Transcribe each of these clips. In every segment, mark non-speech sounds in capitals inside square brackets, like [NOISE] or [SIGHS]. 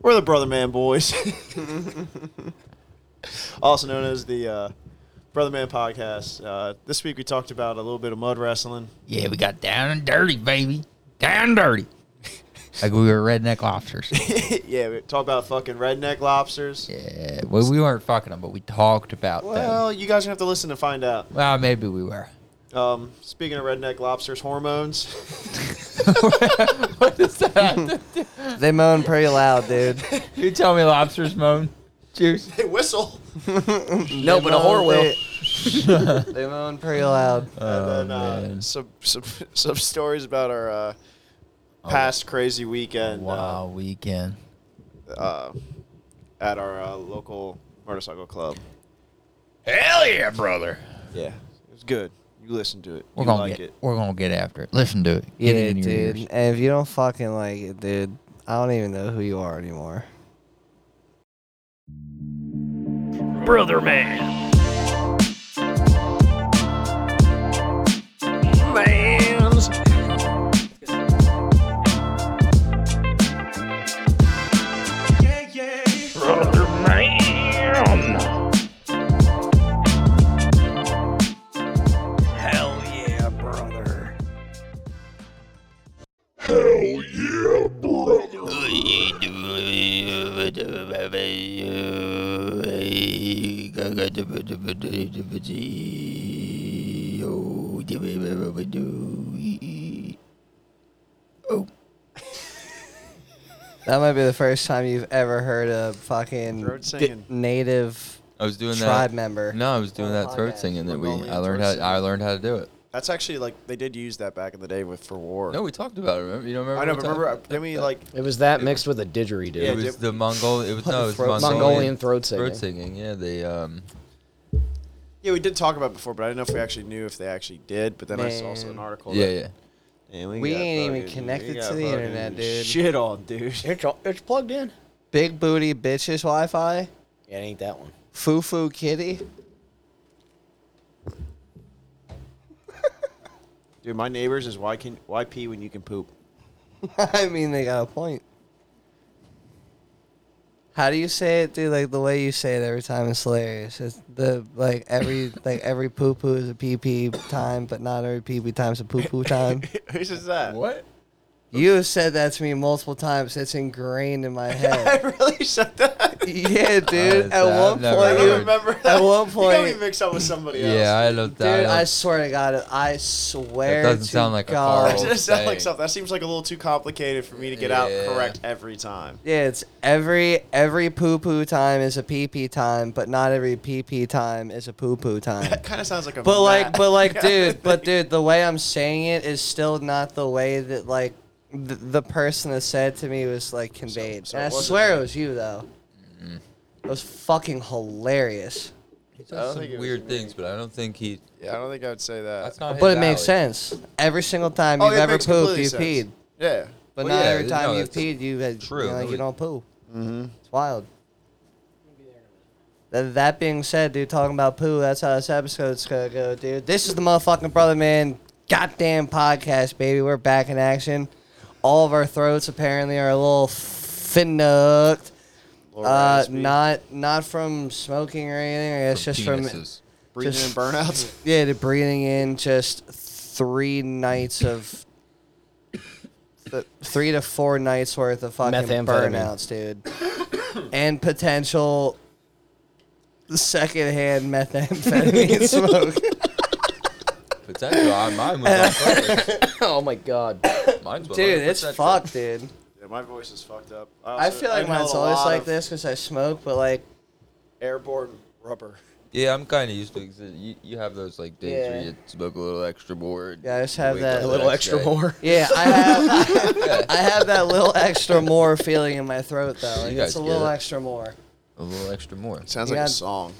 We're the Brother [LAUGHS] Man Boys, [LAUGHS] also known as the uh, Brother Man Podcast. Uh, this week we talked about a little bit of [LAUGHS] mud wrestling. Yeah, we got down and dirty, baby. Down and dirty. [LAUGHS] like we were redneck [LAUGHS] lobsters. yeah, we talked about fucking redneck lobsters. yeah, well, we weren't fucking them, but we talked about them. Well, you guys are gonna have to listen to find out. Well, maybe we [LAUGHS] were. [LAUGHS] Um, speaking of redneck lobsters, hormones. [LAUGHS] what is that? They moan pretty [LAUGHS] loud, dude. you tell me lobsters moan? [LAUGHS] Juice. they whistle. no, but a whore will. They moan pretty loud. and then uh, Oh, man. some some some stories about our uh, past crazy weekend. uh, Oh. Wow, weekend. uh, at our uh, local motorcycle club. Hell yeah, brother. Yeah, it was good. You listened to it. We're you gonna like get it. we're gonna get after it. Listen to it. Yeah, Get it in your dude. ears. And if you don't fucking like it, dude, I don't even know who you are anymore. Brother Man. Mans. Brother Man. Hell yeah, brother. Oh. That might be the first time you've ever heard a fucking Throat di- singing. native I was doing tribe that. member. No, I was doing Oh, that my throat bad. singing that we. Mongolian I learned throat how. singing. I learned how to do it. That's actually like they did use that back in the day with for war. No, we talked about it. Remember? You don't remember? I know, we but talked- remember? I- Then we like It was that mixed with a didgeridoo. Yeah, it was dip- the Mongol. It was no, it was Throat- Mongolian, Mongolian throat Throat singing. Yeah, they. Um, yeah, we did talk about it before, but I didn't know if we actually knew if they actually did. But then I saw also an Man. article. yeah, that- yeah. Man, We got ain't even fucking- connected we got to the fucking internet, dude. Shit on, dude. [LAUGHS] It's, it's plugged in. Big booty bitches Wi Fi. Yeah, it ain't that one. Foo Foo Kitty. Dude, my neighbors is why can why pee when you can poop? [LAUGHS] I mean, they got a point. How do you say it, dude? Like the way you say it every time is hilarious. It's the like every like every poo poo is a pee pee time, but not every pee pee time's a poo poo time. [LAUGHS] Who's is that? [LAUGHS] What? you have said that to me multiple times. It's ingrained in my I [LAUGHS] head. really said that. yeah, dude. Uh, at I've I never one point, heard don't it. dude, remember that. one you got me point- mixed up with somebody else. [LAUGHS] Yeah, I don't. dude, I I swear to God, I swear. That doesn't to sound like a God. Carl. That does sound like Dang. something. That seems like a little too complicated for me to get out Yeah. correct every time. [LAUGHS] Yeah, it's every every poo poo time is a pee pee time, but not every pee pee time is a poo poo time. That kind of sounds like a. But like, mat. [LAUGHS] but like, dude, but dude, the way I'm saying it is still not the way that like the, the person that said to me was like conveyed. so and I it Mm-hmm. wasn't swear me. it was you though. It was fucking hilarious, I don't some think it was weird me. things, but I don't think he. yeah, I don't think I would say that. That's not. but his it makes alley. sense. Every single time Oh, you've it ever makes pooped, completely you sense. peed. Yeah. But Well, not yeah, every time no, you that's peed, you had, true. Mm-hmm. You, know, That you would- don't poo. It's wild. Th- That being said, dude, talking about poo, that's how this episode's gonna go, dude. This is the motherfucking Brother Man goddamn podcast, baby. We're back in action. All of our throats apparently are a little finnooked. Lower Uh, ISB. not not from smoking or anything. I guess just from Penises. breathing just- in [LAUGHS] burnouts. yeah, to breathing in just three nights of th- three to four nights worth of fucking Methamphetamine. burnouts, dude, [COUGHS] and potential secondhand methamphetamine smoke. Potential. I- Mine [LAUGHS] was on purpose. [LAUGHS] Oh my god. Mine's was Dude, 100% it's true. fucked, dude. yeah, my voice is fucked up. I also- feel like inhaled mine's a always lot like of this because I smoke, but like, Airborne rubber. Yeah, I'm kind of used to it. 'cause it- You, you have those like days Yeah. where you smoke a little extra more. Yeah, I just have that- A little extra more. yeah, I have [LAUGHS] I, have that little extra more feeling in my throat though. Like, You guys it's a get little it. extra more. A little extra more. Sounds Yeah. like a song.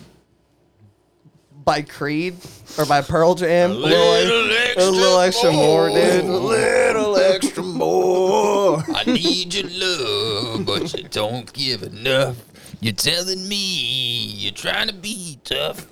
by Creed or by Pearl Jam. A little, a little extra more, dude. little extra more. [LAUGHS] I need your love, but you don't give enough. You're telling me you're trying to be tough.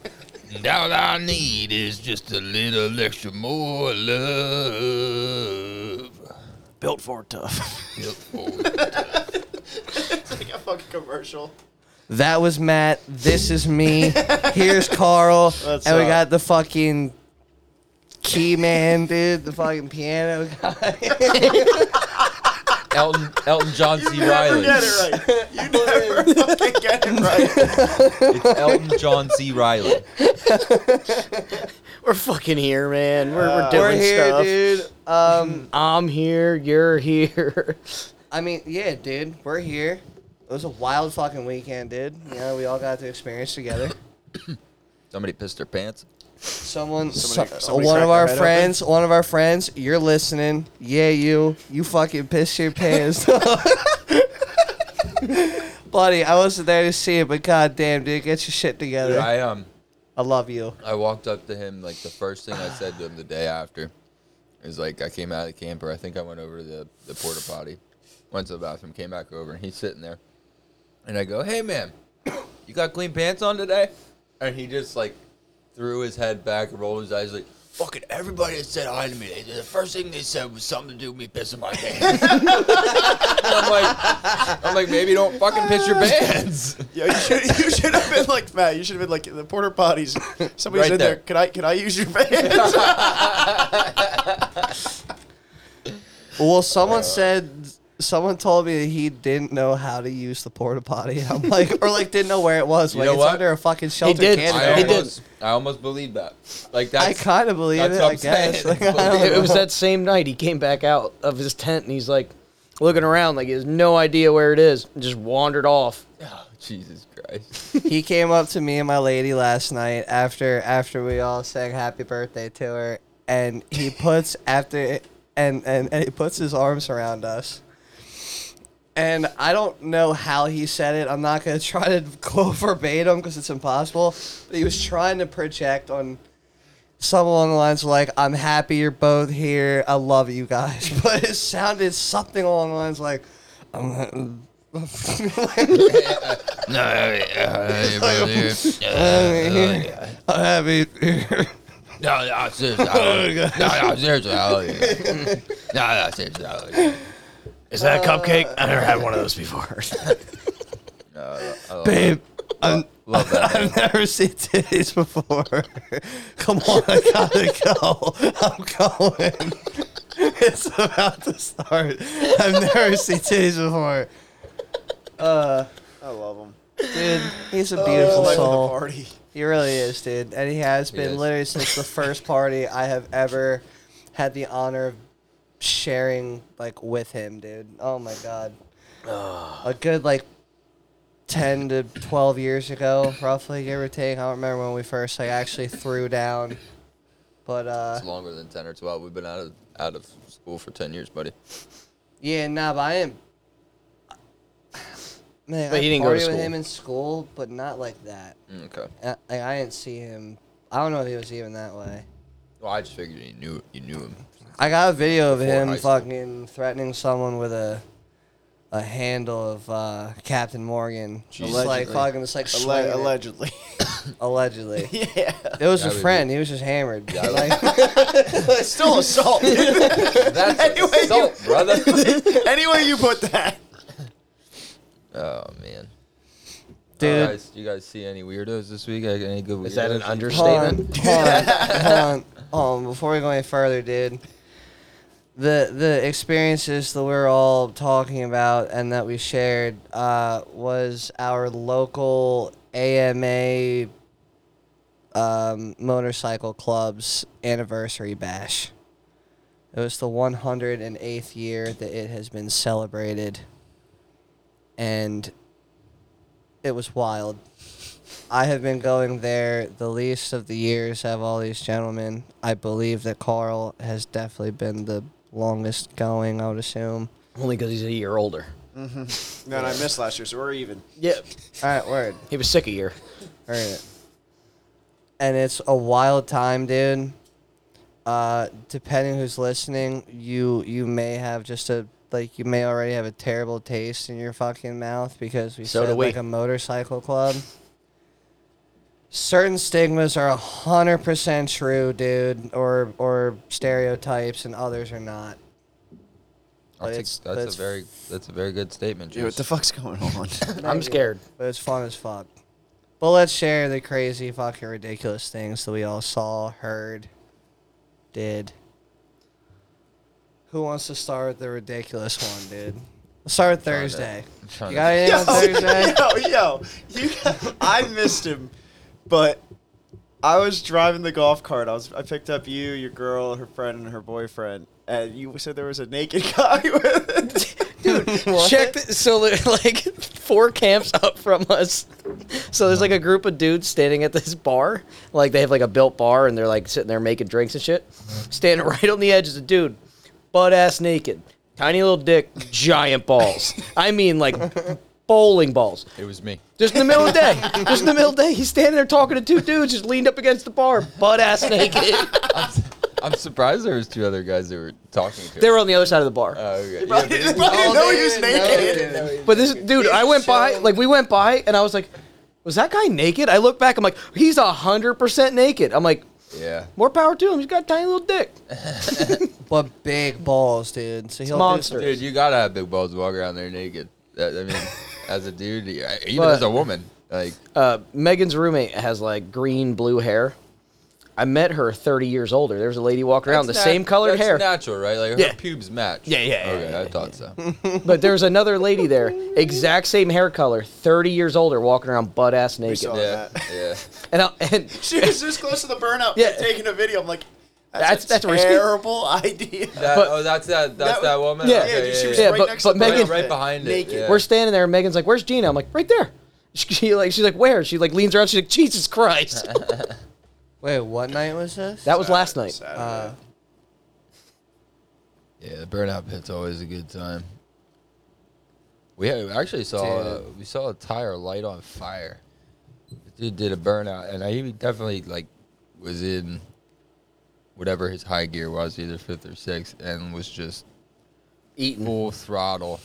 And all I need is just a little extra more love. [LAUGHS] Built for tough. Yep. [LAUGHS] like a commercial. [LAUGHS] That was Matt. This is me. Here's Carl. [LAUGHS] That's and we right. got the fucking key man, dude. The fucking piano guy. Elton, Elton John C. Never Riley. get it [LAUGHS] right. You never fucking get it right. It's Elton John C. Riley. We're fucking here, man. We're, we're Uh, doing We're here, stuff. dude. Um, I'm here. You're here. I mean, yeah, dude. We're here. It was a wild fucking weekend, dude. You know, we all got to experience together. Somebody pissed their pants. Someone, Somebody- so- somebody one cracked of their our head open? friends, one of our friends, you're listening. Yeah, you, you fucking pissed your pants. [LAUGHS] Buddy, I wasn't there to see it, but goddamn, dude, get your shit together. I um I love you. I walked up to him like the first thing I said to him the day after is like I came out of the camper. I think I went over to the, the porta potty, went to the bathroom, came back over, and he's sitting there, and I go, "Hey man, [COUGHS] you got clean pants on today?" And he just like threw his head back and rolled his eyes like. Fucking everybody that said hi to me, they- the first thing they said was something to do with me pissing my pants. [LAUGHS] And I'm like, I'm like, maybe don't fucking piss your pants. Yo, you should you should have been like Matt. You should have been like the porter [LAUGHS] potties. Somebody's Right in there. there. Can I can I use your pants? Well, someone said, someone told me that he didn't know how to use the porta potty. [LAUGHS] I'm like, or like didn't know where it was. You Like know it's what? under a fucking shelter. did. Canada. I He I, did. almost, I almost believe that. Like that's kind of believe That's it. what I I'm saying. guess. [LAUGHS] Like, I don't it, it was know. that same night he came back out of his tent and he's like looking around like he has no idea where it is and just wandered off. Oh, Jesus [LAUGHS] Christ. he came up to me and my lady last night after after we all sang happy birthday to her and he puts after and and, and he puts his arms around us and i don't know how he said it i'm not going to [LAUGHS] try to quote verbatim because it's impossible but he was trying to project on some along the lines of like i'm happy you're both here i love you guys [LAUGHS] but it sounded something along the lines like i'm No, yeah, I'm happy [LAUGHS] here. No, no, seriously. Oh, Alex. No, no, seriously. Alex. No, [LAUGHS] no, seriously. Alex. Is that a Uh, cupcake? I never had one of those before. [LAUGHS] No, I love, babe, I'm, love [LAUGHS] that. I've never seen titties before. Come on, I gotta go. I'm going. It's about to start. I've never seen titties before. I love Oh, them. Uh, Dude, he's a beautiful Life of the soul. party. He really is, dude. And he has been is. literally since the [LAUGHS] first party I have ever had the honor of sharing like with him, dude. Oh my god. Ah. A good like 10 to 12 years ago, roughly, give or take. I don't remember when we first like actually threw down. But uh It's longer than 10 or 12. We've been out of out of school for 10 years, buddy. yeah, nah, but I didn't Man, But I he didn't go to partied with school. him in school, but not like that. Mm, Okay. I, I didn't see him. I don't know if he was even that way. Well, I just figured you knew you knew him. I got a video of Before him high school. fucking threatening someone with a a handle of uh, Captain Morgan. Just like Allegedly. fucking just like Alle- swinging it. allegedly. [LAUGHS] [LAUGHS] allegedly. yeah. It was That a would be- friend. He was just hammered. Yeah, I would- like, Still [LAUGHS] assault. [LAUGHS] That's Anyway, you- assault, brother. [LAUGHS] Any way you put that. oh man. [LAUGHS] dude, You guys, you guys see any weirdos this week? Like, Any good weirdos? Is that an hold understatement? on, hold on, hold on, hold on. Um, Before we go any further, dude, the the experiences that we're all talking about and that we shared uh, was our local AMA um, motorcycle club's anniversary bash. It was the 108th year that it has been celebrated, and it was wild. I have been going there the least of the years of all these gentlemen. I believe that Carl has definitely been the longest going, I would assume. Only because he's a year older. No, and I missed last year, so we're even. Yeah, All right, word. he was sick a year. All right. And it's a wild time, dude. Uh, depending who's listening, you you may have just a like you may already have a terrible taste in your fucking mouth because we So said do we. like a motorcycle club. Certain stigmas are hundred percent true, dude, or or stereotypes, and others are not. I'll take, it's- that's but it's- a very that's a very good statement. Dude, what Juice. the fuck's [LAUGHS] going on? I'm scared. But it's fun as fuck. But let's share the crazy, fucking ridiculous things that we all saw, heard, did. Who wants to start with the ridiculous one, dude? Let's start with trying to- Thursday. I'm trying You to- got anything [LAUGHS] yo, yo, on Thursday? you, I missed him, but I was driving the golf cart. I was, I picked up you, your girl, her friend, and her boyfriend, and you said there was a naked [LAUGHS] guy with it. What? Check th- so there- [LAUGHS] like four camps up from us. So there's like a group of dudes standing at this bar. Like they have like a built bar and they're like sitting there making drinks and shit. Standing [LAUGHS] right on the edge is a dude, butt ass naked, tiny little dick, giant balls. I mean like bowling balls. It was me. Just in the middle of the day. Just in the middle of the day. He's standing there talking to two dudes just leaned up against the bar, butt ass naked. [LAUGHS] I'm surprised there was two other guys that were talking to. They him. were on the other side of the bar. Oh, [LAUGHS] okay. Bro, Yeah, [LAUGHS] they probably didn't know he was naked. But this dude, I went by, like we went by, and I was like, "Was that guy naked?" I look back, I'm like, "He's hundred percent naked." I'm like, but- yeah. "More power to him. He's got a tiny little dick." but big balls, dude. So he'll do monster. some- Dude, you gotta have big balls to walk around there naked. That, I [LAUGHS] mean, as a dude, e- even But- as a woman, like Uh, Megan's roommate has like green blue hair. I met her 30 years older. There was a lady walking around the That's nat- same colored that's hair, natural, right? Like her Yeah. pubes match. Yeah, yeah, yeah, Okay, yeah, I thought [LAUGHS] so. but there's another lady there, exact same hair color, 30 years older, walking around butt ass naked. saw- yeah, that. yeah. And, I, [LAUGHS] and She was this close to the burnout. Yeah. taking a video. I'm like, That's- that's, that's a risky. terrible idea. That, But- oh, that's that. That's that, That was- woman. yeah, Okay, dude, she was yeah, right but- next but to the Megan- burnout right pit, behind it, naked. yeah. we're standing there. Megan's like, "Where's Gina?" I'm like, "Right there." [LAUGHS] She like she's like, "Where?" She like leans around. She's like, "Jesus [LAUGHS] Christ!" Wait, what night was this? That was last night. Saturday. Uh, Yeah, the burnout pit's always a good time. We had- we actually saw uh, we saw a tire light on fire. The dude did a burnout, and I he definitely like was in whatever his high gear was, either fifth or sixth, and was just Eating. full throttle,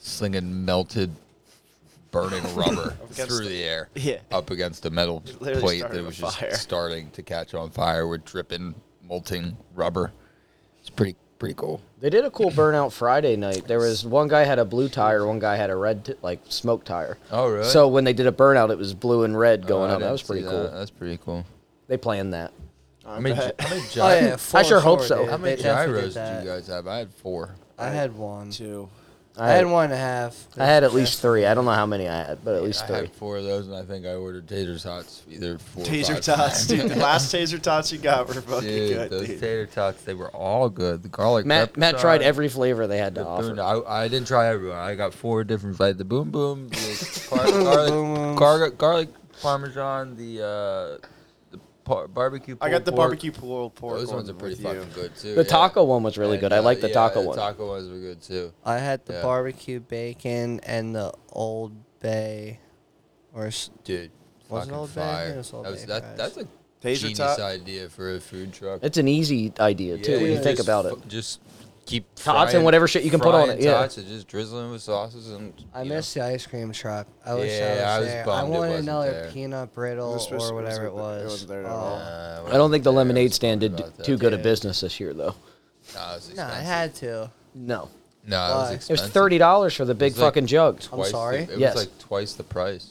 slinging melted, [LAUGHS] burning rubber Against through the- the air, Yeah. up against a metal literally plate started that a was just fire. starting to catch on fire with dripping, molting rubber. It's pretty pretty cool. They did a cool burnout Friday night. There was one guy had a blue tire, one guy had a red t- like smoke tire. Oh, really? So when they did a burnout, it was blue and red Oh, going I up. That didn't was pretty see cool. that. That's pretty cool. They planned that. How many, gi- [LAUGHS] how many, oh, yeah, gyro- for sure hope so. dude. how many They definitely did gyros did that. you guys have? I had four. I had one. Two. I had one and a half. I had at least three. I don't know how many I had, but at least I three. had four of those, and I think I ordered tater tots either four. or Taser five tots, [LAUGHS] times. dude. [LAUGHS] The last taser tots you got were fucking Dude, good, those dude. tater tots, they were all good. The garlic. Matt pepper Matt tried sauce, every flavor they had to the boom- offer. I, I didn't try everyone. I got four different flavors: the boom boom, [LAUGHS] the gar- garlic, Boom Booms. garlic, garlic parmesan, the uh, the par- barbecue. I pulled got the pork. barbecue pulled pork. Those ones one are pretty with you. fucking good too. The yeah. taco one was really And, good. I uh, like the yeah, taco the one. Taco ones were good too. I had the Yeah. barbecue bacon and the Old Bay, or s- Dude, Was it fucking all bad? fire. It was all that was, bad, that, guys. that's a Taser genius tot? idea for a food truck. It's an easy idea too when you yeah, think just about fu- it. Just keep Tots and frying- whatever shit you can put on frying it, yeah. tots and just drizzling with sauces and. I you know. missed the ice cream truck. I wish Yeah, I I was was there. I bummed it wanted wasn't another there. peanut It brittle was supposed- or it was whatever it supposed- was. it wasn't there at Oh. all. Uh, I don't think the yeah, I lemonade was stand did wondering about too that. good a Yeah. business this year Nah, it though. was No, I expensive. had to. No, No, it was Why? It was it was expensive. thirty dollars for the big like- fucking jug. I'm Twice the- sorry? It Yes. was like twice the price.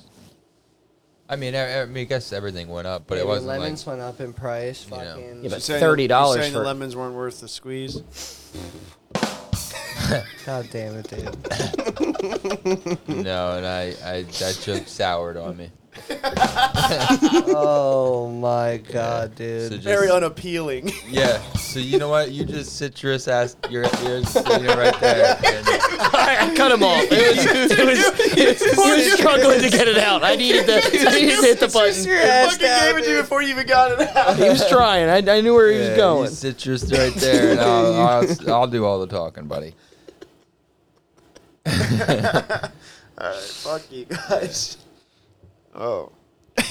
I mean, I, I mean, I guess everything went up, but Maybe it wasn't lemons like. went up in price. you know. Fucking. Yeah, You but saying- $30 you saying for- the lemons weren't worth the squeeze. God damn it, [LAUGHS] [LAUGHS] dude. no, and I, I that joke soured on [LAUGHS] me. oh my god, So dude. just- Very [LAUGHS] unappealing. Yeah. So you know what? You just citrus ass. You're, you're sitting right there. And I cut him [LAUGHS] off. It was, it was, it was, he was struggling to get it out. I needed [LAUGHS] to, I needed to hit the button. Your ass fucking down, gave it to you dude. before you even got it out. He was trying. I, I knew where he was yeah, going. You citrus right there, and [LAUGHS] I'll, I'll, I'll do all the talking, buddy. All right, fuck you guys. [LAUGHS] [LAUGHS] Oh.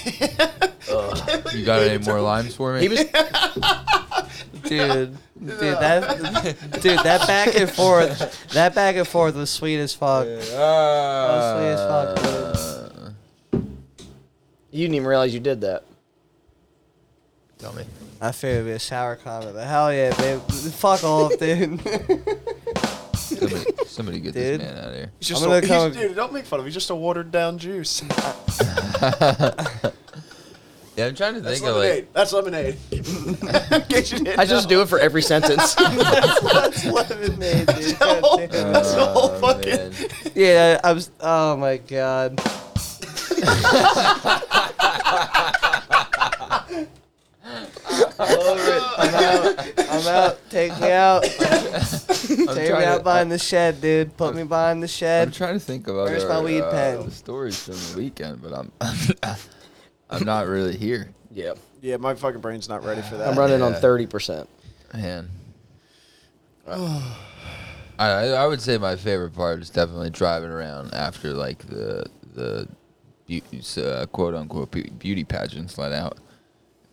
You got any more limes for me? He was [LAUGHS] dude, dude, that, dude, that back and forth, that back and forth was sweet as fuck. Ah. Honestly, as You didn't even realize you did that. Tell me. I figured it'd be a sour comment, but hell yeah, babe. Fuck off, dude. Somebody, somebody get this Dude. man out of here. He's just I'm gonna a, come- he's, dude, don't make fun of him. He's just a watered down juice. [LAUGHS] Yeah, I'm trying to That's think of lemonade. like. That's lemonade. [LAUGHS] [LAUGHS] In case you didn't I just know. do it for every sentence. That's lemonade, dude. That's the [LAUGHS] whole- God damn. that's the whole Oh, fucking. man. [LAUGHS] [LAUGHS] Yeah, I was. Oh my god. I'm over it. I'm out. I'm out. Take [LAUGHS] me out. I'm Take me trying out to- behind the shed, dude. Put me behind the I'm shed. trying to think of Where's other my weed uh, pen? stories from the weekend, but I'm [LAUGHS] I'm not really here. yeah. Yeah, my fucking brain's not ready for that. I'm running on Yeah. 30%. Man. [SIGHS] I I I would say my favorite part is definitely driving around after like the the beauty, uh, quote unquote beau- beauty pageants let out,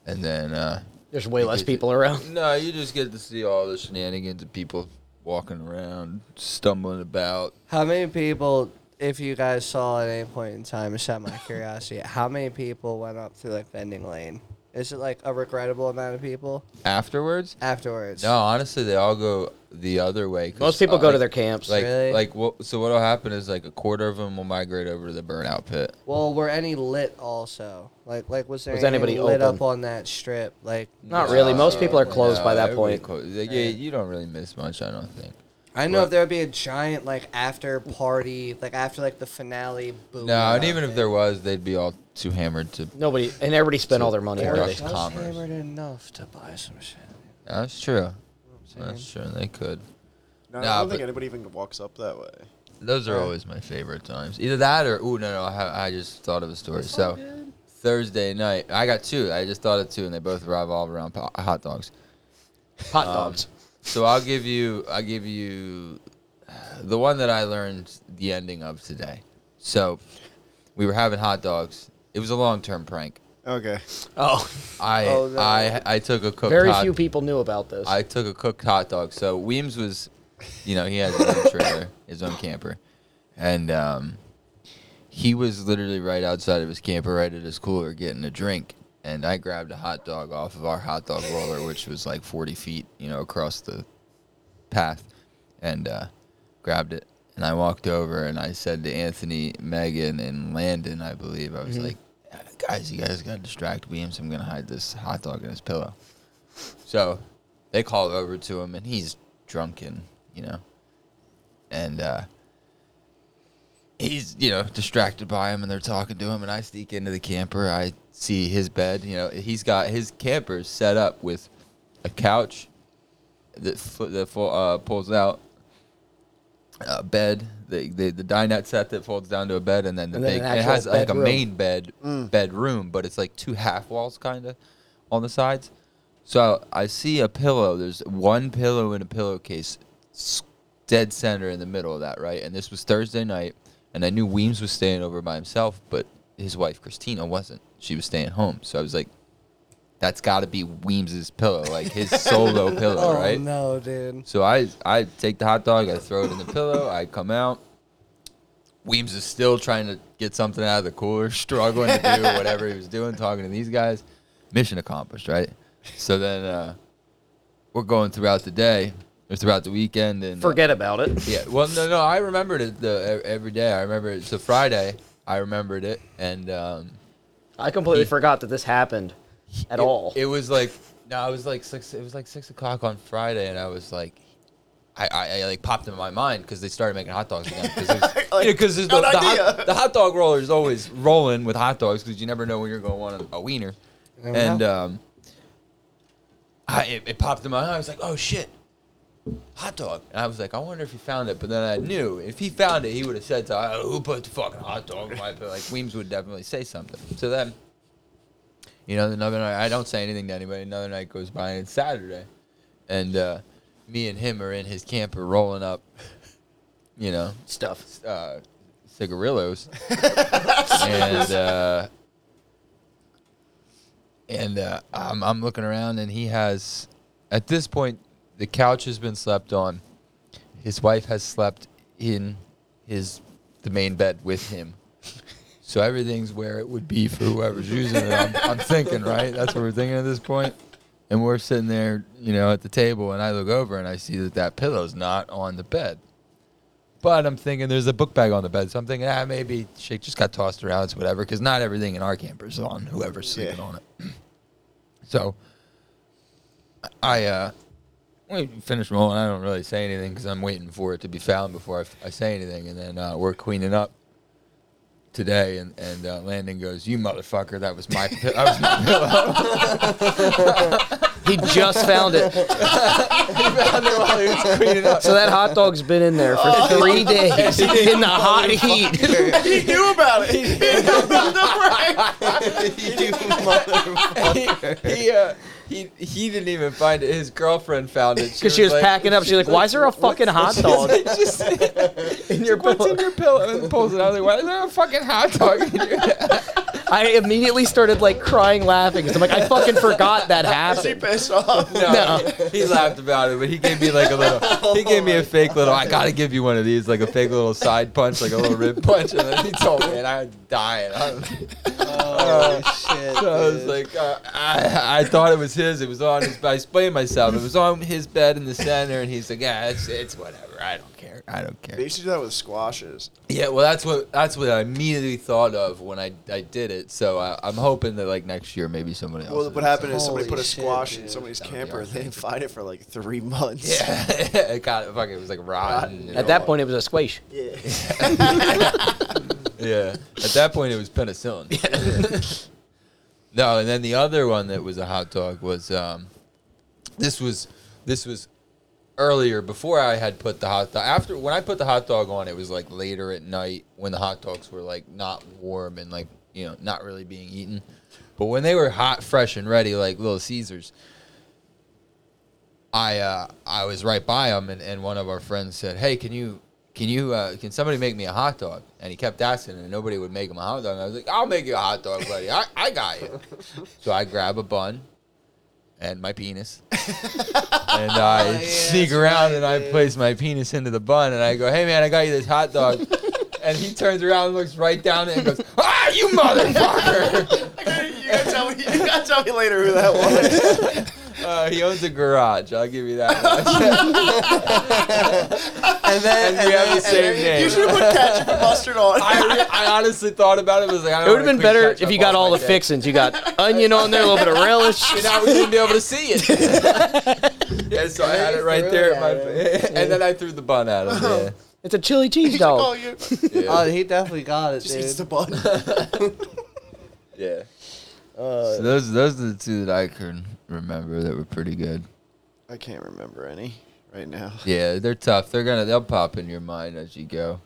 and then uh, There's way less Okay. people around. no, you just get to see all the shenanigans of people walking around, stumbling about. How many people, if you guys saw at any point in time, just out of my curiosity, how many people went up to like vending lane? Is it like a regrettable amount of people Afterwards, afterwards? no, honestly, they all go the other way. 'cause, [LAUGHS] Most people uh, go to like- their camps. Like, Really? like what? So what'll happen is like a quarter of them will migrate over to the burnout pit. Well, were any lit also? Like, like was there Was any anybody lit open? up on that strip? Like, Not really. Most Uh, people are closed by that everybody point. clo- like, yeah, you don't really miss much, I don't think. I know Right. if there would be a giant like after party, like after like the finale. boom No, and out even if there was, they'd be all too hammered to. Nobody, and everybody spent all their money Yeah. Or already. just commerce. hammered enough to buy some shit. That's true. you know what I'm That's true. They could. No, Nah, I don't think but- anybody even walks up that way. Those are Yeah. always my favorite times. Either that or oh no no I, ha- I just thought of a story. So Thursday night I got two. I just thought of two, and they both revolve around po- hot dogs. Hot dogs. So I'll give you I'll give you the one that I learned the ending of today. So we were having hot dogs. It was a long term prank. Okay. oh, I Oh, no. I I took a cooked very hot few people knew about this. Uh, I took a cooked hot dog. So Weems was, you know, he had his own trailer, his own camper, and um, he was literally right outside of his camper, right at his cooler, getting a drink. And I grabbed a hot dog off of our hot dog roller, which was like 40 feet, you know, across the path, and uh, grabbed it. And I walked over and I said to Anthony, Megan, and Landon, I believe, I was like, guys, you guys got to distract Weems. I'm going to hide this hot dog in his pillow. So they call over to him, and he's drunken, you know, and uh, he's you know distracted by him, and they're talking to him, and I sneak into the camper. I see his bed, you know, he's got his camper set up with a couch that fo- that fo- uh, pulls out. A bed, the, the the dinette set that folds down to a bed, and then the And then big. an and it actual has like a bedroom. Mm. main bed bedroom, but it's like two half walls kind of on the sides. So I see a pillow. There's one pillow in a pillowcase, s- dead center in the middle of that, right? And this was Thursday night, and I knew Weems was staying over by himself, but his wife Christina wasn't. She was staying home. So I was like, "That's got to be Weems's pillow, like his solo pillow, Oh right?" no, dude! So I I take the hot dog, I throw it in the pillow, I come out. Weems is still trying to get something out of the cooler, [LAUGHS] struggling to do whatever he was doing, talking to these guys. Mission accomplished, right? So then uh, we're going throughout the day or throughout the weekend and uh, Forget about it. yeah. Well, no, no. I remembered it the, e- every day. I remember it. So Friday, I remembered it, and um, I completely forgot that this happened at it- all. It was like no, it was like six. It was like six o'clock on Friday, and I was like, I, I, I like popped into my mind because they started making hot dogs again. Because [LAUGHS] you know, 'cause there's the, Good the, idea. hot, the hot dog roller is always rolling with hot dogs because you never know when you're going to want a, a wiener. never And know. um, I it, it popped in my mind. I was like, oh shit. Hot dog, and I was like, I wonder if he found it. But then I knew if he found it, he would have said, to, oh, "Who put the fucking hot dog in my?" But like Weems would definitely say something. So then you know, another night I don't say anything to anybody. Another night goes by and it's Saturday, and uh, me and him are in his camper rolling up, [LAUGHS] you know, Stuff. uh, cigarillos, and uh, and uh, I'm I'm looking around and he has, at this point, the couch has been slept on. His wife has slept in his the main bed with him. So everything's where it would be for whoever's using it. I'm, I'm thinking, right? That's what we're thinking at this point. And we're sitting there, you know, at the table, and I look over and I see that that pillow's not on the bed. But I'm thinking there's a book bag on the bed, so I'm thinking ah maybe shit just got tossed around, it's whatever, because not everything in our camper is on whoever's sleeping Yeah. on it. [CLEARS THROAT] So I uh, we finish rolling. I don't really say anything because I'm waiting for it to be found before I f- I, say anything, and then uh, we're cleaning up today, and and uh, Landon goes, "You motherfucker, that was my [LAUGHS] pi- that was my [LAUGHS] pillow." He just found it. [LAUGHS] So that hot dog's been in there for Oh. three days in the hot heat. [LAUGHS] he knew about it. [LAUGHS] He you motherfucker. he [LAUGHS] he, uh, he he didn't even find it. His girlfriend found [LAUGHS] it Because she was packing up. She's like, why is there a fucking hot dog [LAUGHS] Just in your what's pillow? in your pillow and pulls it out. I was like, why is there a fucking hot dog? In [LAUGHS] your I immediately started like crying laughing because I'm like, I fucking forgot that happened. pissed off. No, he laughed about it, but he gave me like a little. He gave Oh me a fake little. I gotta give you one of these, like a fake little side punch, like a little rib punch, and then he told me, and I was dying. I was, [LAUGHS] Oh, shit. so I was dude. like, uh, I, I thought it was his. It was on his. I explained myself. It was on his bed in the center, and he's like, yeah, it's it's whatever. I don't care. I don't care. They used to do that with squashes. Yeah, well, that's what that's what I immediately thought of when I, I did it. So I, I'm hoping that like next year maybe somebody else. Well, will what do happened is somebody Holy put a shit, squash in dude. somebody's That would be camper and awesome. they didn't find it for like three months. something. Yeah, [LAUGHS] it got fuck. It was like rotten. At that point, it was a squish. Yeah. yeah. At that point, it was [LAUGHS] penicillin. [LAUGHS] no, and then the other one that was a hot dog was um, this was this was earlier before I had put the hot dog. After when I put the hot dog on, it was like later at night when the hot dogs were like not warm and like you know not really being eaten. But when they were hot, fresh, and ready, like Little Caesars, I uh, I was right by him, and, and one of our friends said, "Hey, can you can you uh, can somebody make me a hot dog?" And he kept asking, and nobody would make him a hot dog. And I was like, "I'll make you a hot dog, buddy. I, I got [LAUGHS] you." so I grab a bun and my [LAUGHS] penis, and I Oh, yeah, sneak that's around right, and I dude. place my penis into the bun, and I go, "Hey man, I got you this hot [LAUGHS] dog." And he turns around and looks right down at it and goes, Ah, you [LAUGHS] motherfucker! [LAUGHS] you, gotta tell me, you gotta tell me later who [LAUGHS] that was. Uh, he owns a garage. I'll give you that much. [LAUGHS] and then, and we have the same name. You should have put ketchup and mustard on. [LAUGHS] I, re- I honestly thought about it. I was like, I It would have been better if you got all the fixins. You got [LAUGHS] onion on there, a little bit of [LAUGHS] relish. And I wouldn't be able to see it. [LAUGHS] yeah, so I had it right there at my, [LAUGHS] and then I threw the bun at him. Yeah. It's a chili cheese Oh, dog. [LAUGHS] you [LAUGHS] Oh, he definitely got it, just eats the dude. bun. yeah. Uh, so those those are the two that I can remember that were pretty good. I can't remember any right now. Yeah, they're tough. They're gonna they'll pop in your mind as you go.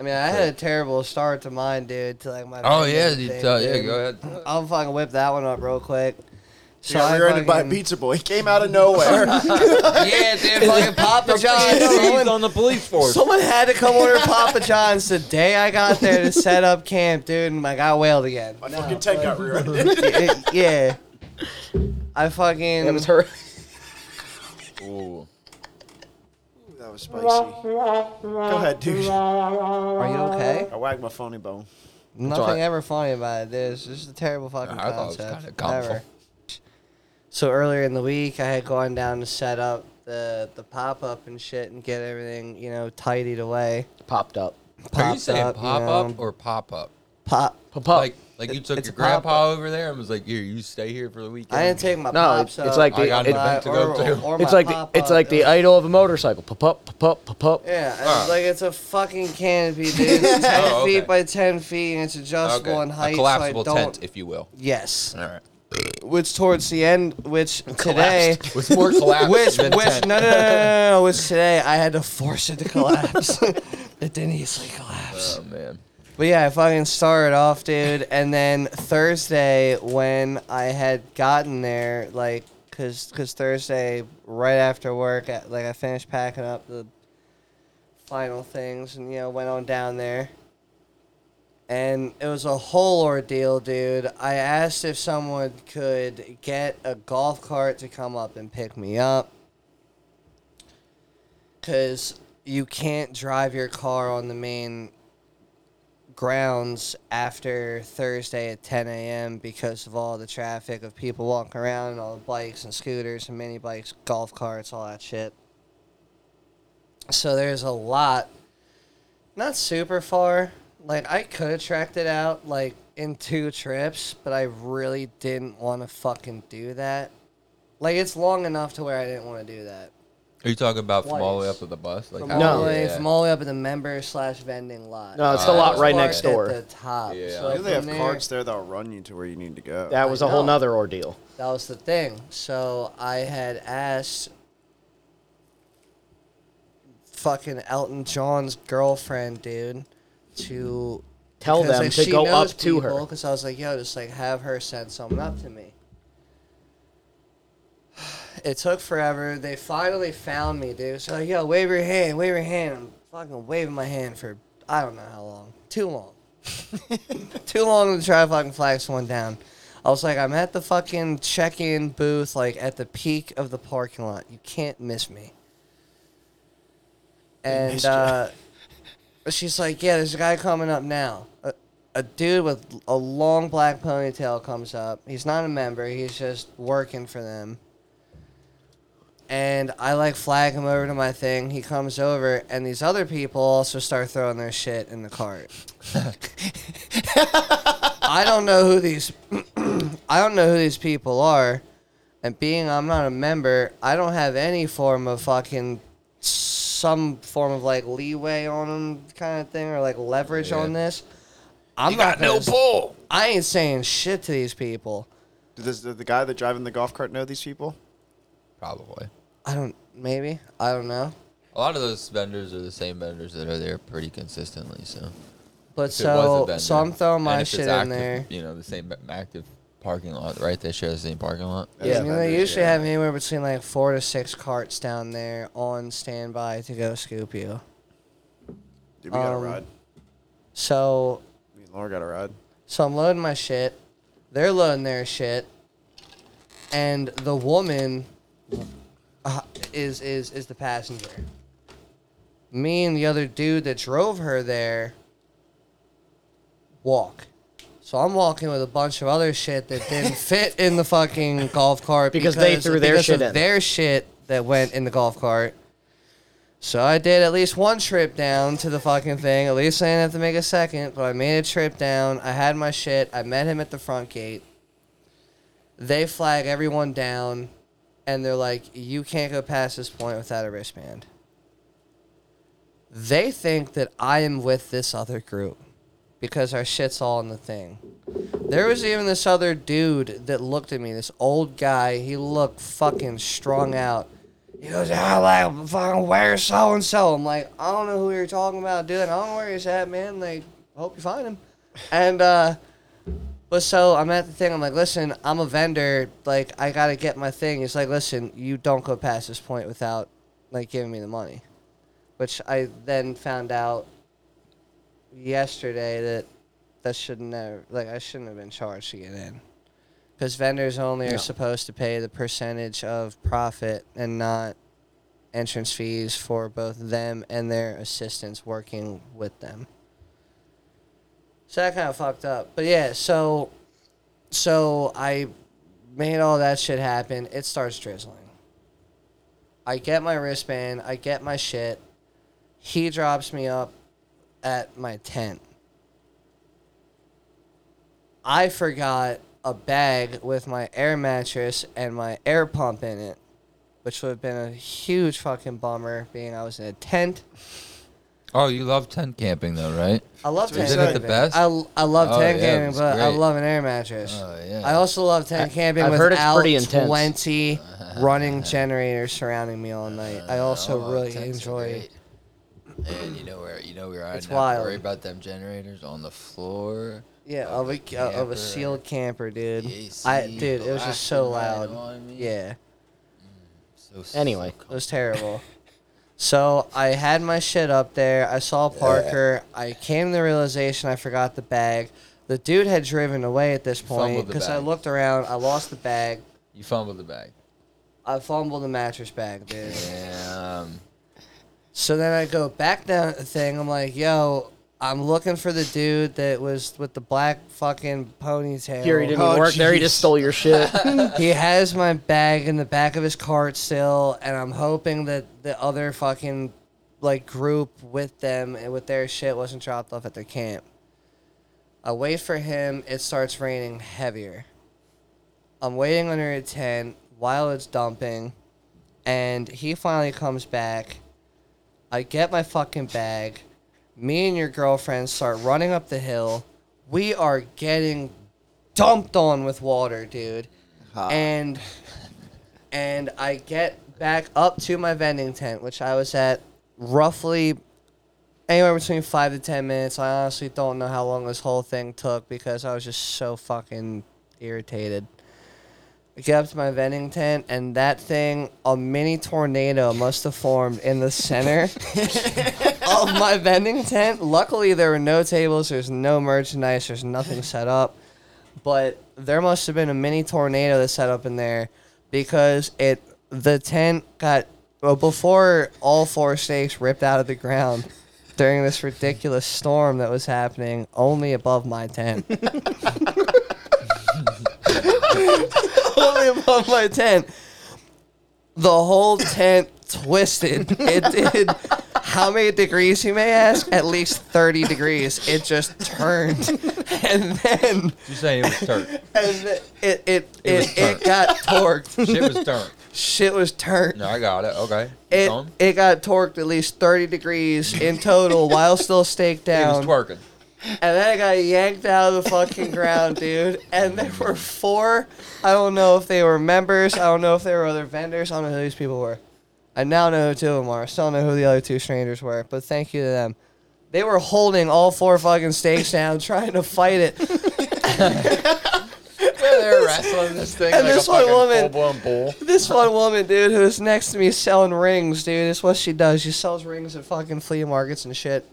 I mean, I had a terrible start to mine, dude. To like my. Oh bacon yeah, thing, you tell, yeah. dude. Go ahead. I'll fucking whip that one up real quick. So got rear-ended by a fucking- pizza boy. He came out of [LAUGHS] nowhere. yeah, [LAUGHS] dude. Fucking Papa John's. on the police force. Someone had to come order Papa John's the day I got there to set up camp, dude, and I got whaled again. My fucking tent got rear-ended. Y- yeah. I fucking. That was her. Ooh. that was spicy. Go ahead, dude. I Are you okay? wagged my phony bone. Nothing alright. ever funny about it, dude. It's just a terrible fucking I thought it was concept. kinda comical. Never. So earlier in the week, I had gone down to set up the the pop up and shit and get everything you know tidied away. Popped up. Are you Popped saying up, you pop up know, or pop up? pop? Pop up. Like, like you took it's your a pop-up. grandpa over there and was like, "Here, you stay here for the weekend." I didn't take my No, pops it's- it's up, like the- or I got an my- event to go or- to. or my It's like the pop it's up. like the It was- idol of a motorcycle. Pop up, pop up, pop up. Yeah, it's Ah. like it's a fucking [LAUGHS] canopy, dude. It's ten Oh, okay. feet by ten feet, and it's adjustable in height. a collapsible so I don't, tent, if you will. Yes, All [LAUGHS] right. which towards the end, which today, What's more collapsible which than which tent? no no, no no no no, which today I had to force it to collapse. it didn't easily collapse. Oh man. But yeah, I fucking started off, dude. And then Thursday, when I had gotten there, like, cause, cause Thursday, right after work, at, like, I finished packing up the final things and, you know, went on down there. And it was a whole ordeal, dude. I asked if someone could get a golf cart to come up and pick me up. Cause you can't drive your car on the main grounds after Thursday at 10 a.m. because of all the traffic of people walking around and all the bikes and scooters and mini bikes, golf carts, all that shit. So there's a lot Not super far. Like I could have tracked it out like in two trips, but I really didn't want to fucking do that. Like it's long enough to where I didn't want to do that. Are you talking about from all the way Twice. up to the bus? Like From how- all the No. way yeah. from all the way up at the member slash vending lot. No, it's the the lot lot it's It's right parked next door. At the top. Yeah. So I You know they have from there- carts there that'll run you to where you need to go. That was a whole know. nother ordeal. That was the thing. So I had asked fucking Elton John's girlfriend, dude, to Tell because, them like, to she go knows up to her. Because I was like, yo, just like have her send something up to me. [SIGHS] It took forever. They finally found me, dude. So yo, wave your hand, wave your hand. I'm fucking waving my hand for I don't know how long. Too long. Too long to try to fucking flag someone down. I was like, I'm at the fucking check-in booth, like at the peak of the parking lot. You can't miss me. And uh, she's like, yeah, there's a guy coming up now. A, a dude with a long black ponytail comes up. He's not a member. He's just working for them. And I like flag him over to my thing. He comes over, and these other people also start throwing their shit in the cart. I don't know who these [CLEARS THROAT] I don't know who these people are. And being I'm not a member, I don't have any form of fucking some form of like leeway on them kind of thing or like leverage on this. I'm You not got no gonna- pull. I ain't saying shit to these people. Does the, the guy that driving the golf cart know these people? Probably. I don't maybe. I don't know. A lot of those vendors are the same vendors that are there pretty consistently. So But If it was a so vendor, so I'm throwing and my if it's shit in active, there. You know, the same active parking lot, right? They share the same parking lot. As Yeah. I mean, vendors, they usually yeah. have anywhere between like four to six carts down there on standby to go scoop you. Dude, we got a um, ride. So Me and Laura got a ride. So I'm loading my shit. They're loading their shit. And the woman uh, is is is the passenger. Me and the other dude that drove her there walk. So I'm walking with a bunch of other shit that [LAUGHS] didn't fit in the fucking golf cart Because they threw their because shit of in. Their shit that went in the golf cart. So I did at least one trip down to the fucking thing. At least I didn't have to make a second, but I made a trip down. I had my shit. I met him at the front gate. They flag everyone down, and they're like, "You can't go past this point without a wristband." They think that I am with this other group because our shit's all in the thing. There was even this other dude that looked at me, this old guy. He looked fucking strung out. He goes, "Ah, like, fucking where's so and so?" I'm like, "I don't know who you're talking about, dude. I don't know where he's at, man. Like, hope you find him." And uh, but so I'm at the thing. I'm like, "Listen, I'm a vendor. Like, I gotta get my thing." He's like, "Listen, you don't go past this point without like giving me the money," which I then found out yesterday that that shouldn't have like I shouldn't have been charged to get in. Because vendors only are supposed to pay the percentage of profit and not entrance fees for both them and their assistants working with them. So that kind of fucked up. But yeah, so so I made all that shit happen. It starts drizzling. I get my wristband, I get my shit. He drops me up at my tent. I forgot a bag with my air mattress and my air pump in it, which would have been a huge fucking bummer being I was in a tent. Oh, you love tent camping though, right? I love That's tent what he said. camping. Isn't it the best? I, I love Oh, tent yeah, camping, it's but I great. love an air mattress. Oh, yeah. I also love tent camping I've heard without it's pretty intense. [LAUGHS] 20 running generators surrounding me all night. I also Oh, really tents are enjoy great. And you know where you know where I It's don't have to wild. worry about them generators on the floor. Yeah, of a a, of a camper. sealed camper, dude. AC I dude, it was just so blasting right loud. on me. Yeah, So Anyway. it was terrible. so I had my shit up there. I saw Parker. I came to the realization I forgot the bag. The dude had driven away at this point fumbled the because I bag. looked around. I lost the bag. you fumbled the bag. I fumbled the mattress bag, dude. Damn. So then I go back down the thing. I'm like, yo, I'm looking for the dude that was with the black fucking ponytail. Here he didn't Oh, even work there. He jeez. just stole [LAUGHS] your shit. he has my bag in the back of his cart still, and I'm hoping that the other fucking like group with them and with their shit wasn't dropped off at their camp. I wait for him. It starts raining heavier. I'm waiting under a tent while it's dumping, and he finally comes back. I get my fucking bag. Me and your girlfriend start running up the hill. We are getting dumped on with water, dude. And and I get back up to my vending tent, which I was at roughly anywhere between five to ten minutes. I honestly don't know how long this whole thing took because I was just so fucking irritated. I get up to my vending tent, and that thing, a mini tornado must have formed in the center of my vending tent. Luckily, there were no tables, there's no merchandise, there's nothing set up but there must have been a mini tornado that set up in there because it the tent got well before all four snakes ripped out of the ground during this ridiculous storm that was happening only above my tent. [LAUGHS] only above my tent. The whole tent twisted. It did how many degrees you may ask? At least 30 degrees. It just turned. [LAUGHS] And then You saying it was [LAUGHS] turnt? and th- it it it, was it, got torqued. Shit was turnt. Shit was turned. No, I got it. Okay. it Tom? it got torqued at least thirty degrees in [LAUGHS] total while still staked He down, was twerking. and then it got yanked out of the fucking ground, dude. And there were four. I don't know if they were members. I don't know if they were other vendors. I don't know who these people were. I now know who two of them are. I still don't know who the other two strangers were, but thank you to them. They were holding all four fucking stakes down, trying to fight it. They're wrestling this thing [LAUGHS] And like this a one fucking woman- full-blown bull. This one woman, dude, who's next to me selling rings, dude, is what she does. She sells rings at fucking flea markets and shit.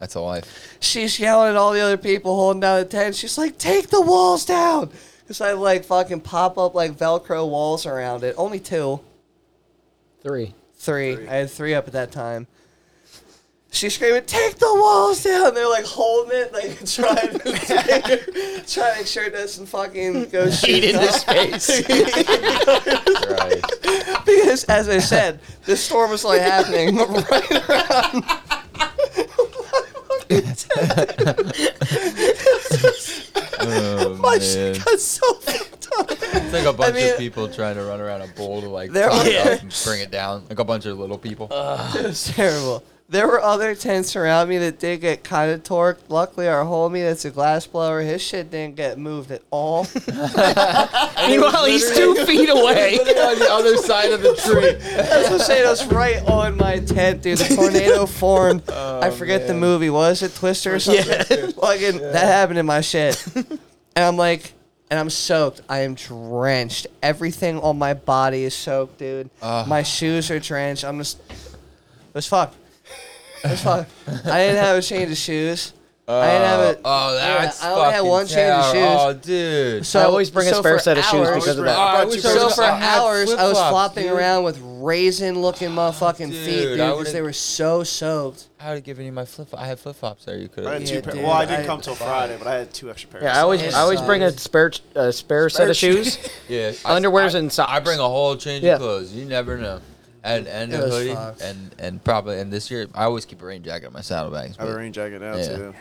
That's a [LAUGHS] life. She's yelling at all the other people holding down the tent. She's like, take the walls down. Because I like fucking pop up like Velcro walls around it. Only two. Three. Three. I had three up at that time. She's screaming, "Take the walls down!" They're like holding it, like [LAUGHS] trying, to trying to make sure it doesn't fucking go [LAUGHS] shoot into [LAUGHS] space. Right. Because, as I said, this storm was like happening [LAUGHS] right around. Oh, My man. shit got so fucked up. It's like a bunch mean- of people trying to run around a bowl to like There prop it are- [LAUGHS] up and bring it down. Like a bunch of little people. It was terrible. There were other tents around me that did get kind of torqued. Luckily, our homie that's a glass blower, his shit didn't get moved at all. [LAUGHS] Meanwhile, he's two feet away. on the other side of [LAUGHS] the tree. That's what I'm saying. It was right on my tent, dude. The tornado formed. I forget the movie. Was it Twister or something? Fucking, That happened in my shit. and I'm like, and I'm soaked. I am drenched. Everything on my body is soaked, dude. my shoes are drenched. I'm just, it was fucked. It was fucked. I didn't have a change of shoes. I didn't have a. Oh, that's I only had fucking one change of terrible. Oh, dude. so, I always bring a so spare for set of shoes hours- because of I that. brought I you wish pair I of so was- socks. for hours, I was flip-flops, flopping dude. Ah, around with raisin looking motherfucking Dude, feet, dude, I because would've- they were so soaked. I would have given you my flip. I had flip flops there. You could I have. had two Yeah, pair. dude, Well, I I- didn't come till Friday, but I had two extra pairs. Yeah, I always It I always bring a sucks. spare uh, spare set of shoes, [LAUGHS] Yeah, I- underwears, I- and socks. I bring a whole change Yeah. of clothes. You never know. And and It a was hoodie Fox. and and probably and this year I always keep a rain jacket in my saddlebags. I have a but- rain jacket now Yeah. too.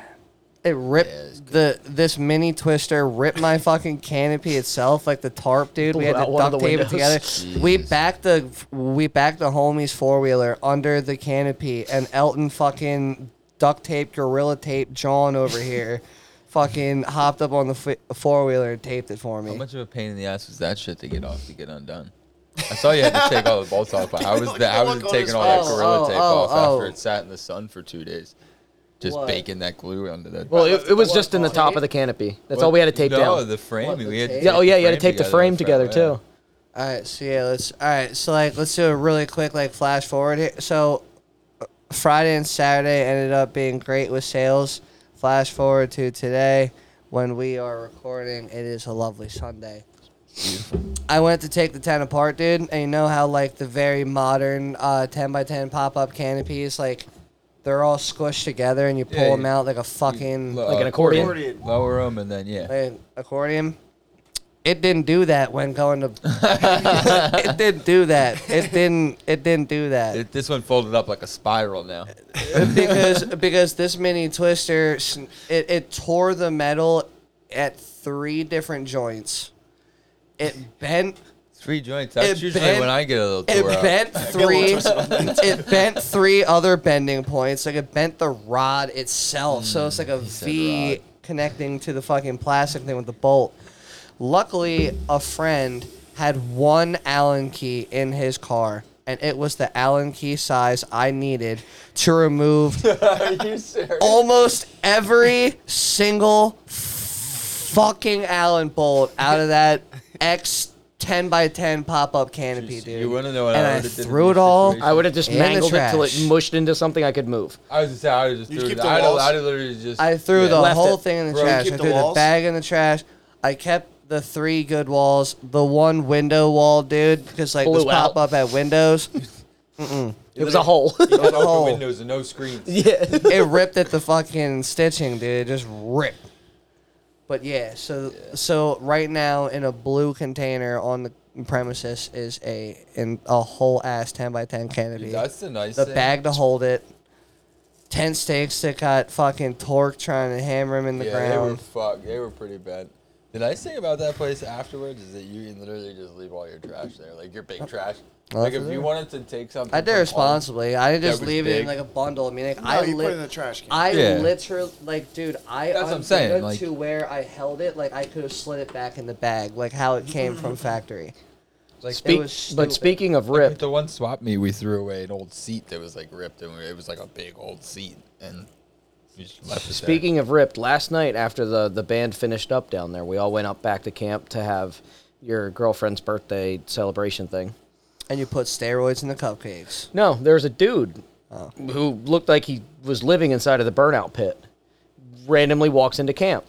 It ripped Yeah, it's the this mini twister ripped my fucking canopy itself like the tarp, dude. we Blew had out to one of duct the tape it together. windows. We Jeez. backed the we backed the homie's four wheeler under the canopy, and Elton fucking duct tape gorilla tape John over [LAUGHS] here, fucking hopped up on the f- four wheeler and taped it for How me. much of a pain in the ass was that shit to get off to get undone? I saw you had to take all the bolts off, but I was Look that I at was the look on taking his all that face. gorilla Oh, tape oh, off after oh. it sat in the sun for two days, just What? baking that glue onto that. Well, it, it was What, just in the what, top tape? of the canopy. That's all we had to tape no, down. the frame. What, the we had tape? to yeah, take oh yeah, the you had to tape the frame together too. All right, so yeah, let's. All right, so like, let's do a really quick like flash forward here. So, uh, Friday and Saturday ended up being great with sales. Flash forward to today, when we are recording, it is a lovely Sunday. I went to take the tent apart, dude, and you know how like the very modern uh, ten by ten pop up canopies, like they're all squished together, and you pull Yeah, them you- out like a fucking Lo- Like an uh, accordion. Accordion. Lower them and then yeah. like, accordion. It didn't do that when going to. [LAUGHS] it didn't do that. It didn't. It didn't do that. It, this one folded up like a spiral now. [LAUGHS] because because this mini twister sn- it, it tore the metal at three different joints it bent Three joints. That's It usually bent- when I get a little it tore up. [LAUGHS] bent three [LAUGHS] it bent three other bending points like it bent the rod itself so it's like a Mm, said v rod. connecting to the fucking plastic thing with the bolt luckily a friend had one allen key in his car and it was the allen key size i needed to remove Are you serious? almost every single fucking Allen bolt out of that X ten by ten pop up canopy, dude. You want to know what and I I would have did? in threw this it all- situation? I would have just In the mangled it till it trash. mushed into something I could move. I was just saying, I would have You just threw keep it. the I'd have, walls? I'd have literally just. I threw yeah. the Left whole it. thing in the Bro, you trash. keep I the threw the, walls? bag in the trash. I kept the three good walls, the one window wall, dude, because like this Blew out. pop up at windows, It was a [LAUGHS] hole. Those open hole. windows and no screens. [LAUGHS] yeah. it ripped at the fucking stitching, dude. It just ripped. But yeah, so so right now in a blue container on the premises is a in a whole ass ten by ten canopy. That's the nice the thing. bag to hold it. Ten stakes that got fucking torque trying to hammer him in the yeah, they were ground. fucked. They were pretty bad. The nice thing about that place afterwards is that you can literally just leave all your trash there, like your big trash. Uh, Well, like that's if you it. wanted to take something, I did from all- responsibly. I didn't Yeah, just but leave it in big. like a bundle. I mean, like, No, I you put it in lit- the trash can. I Yeah. literally like, dude. I That's what I'm unzipped saying, it like- to where I held it, like I could have slid it back in the bag, like how it came [LAUGHS] from factory. Like Speak- but speaking of ripped, The one swap meet, we threw away an old seat that was like ripped, and it was like a big old seat, and we just left it there. Speaking of ripped, last night after the the band finished up down there, we all went up back to camp to have your girlfriend's birthday celebration thing. and you put steroids in the cupcakes. No, there was a dude who looked like he was living inside of the burnout pit. Randomly walks into camp,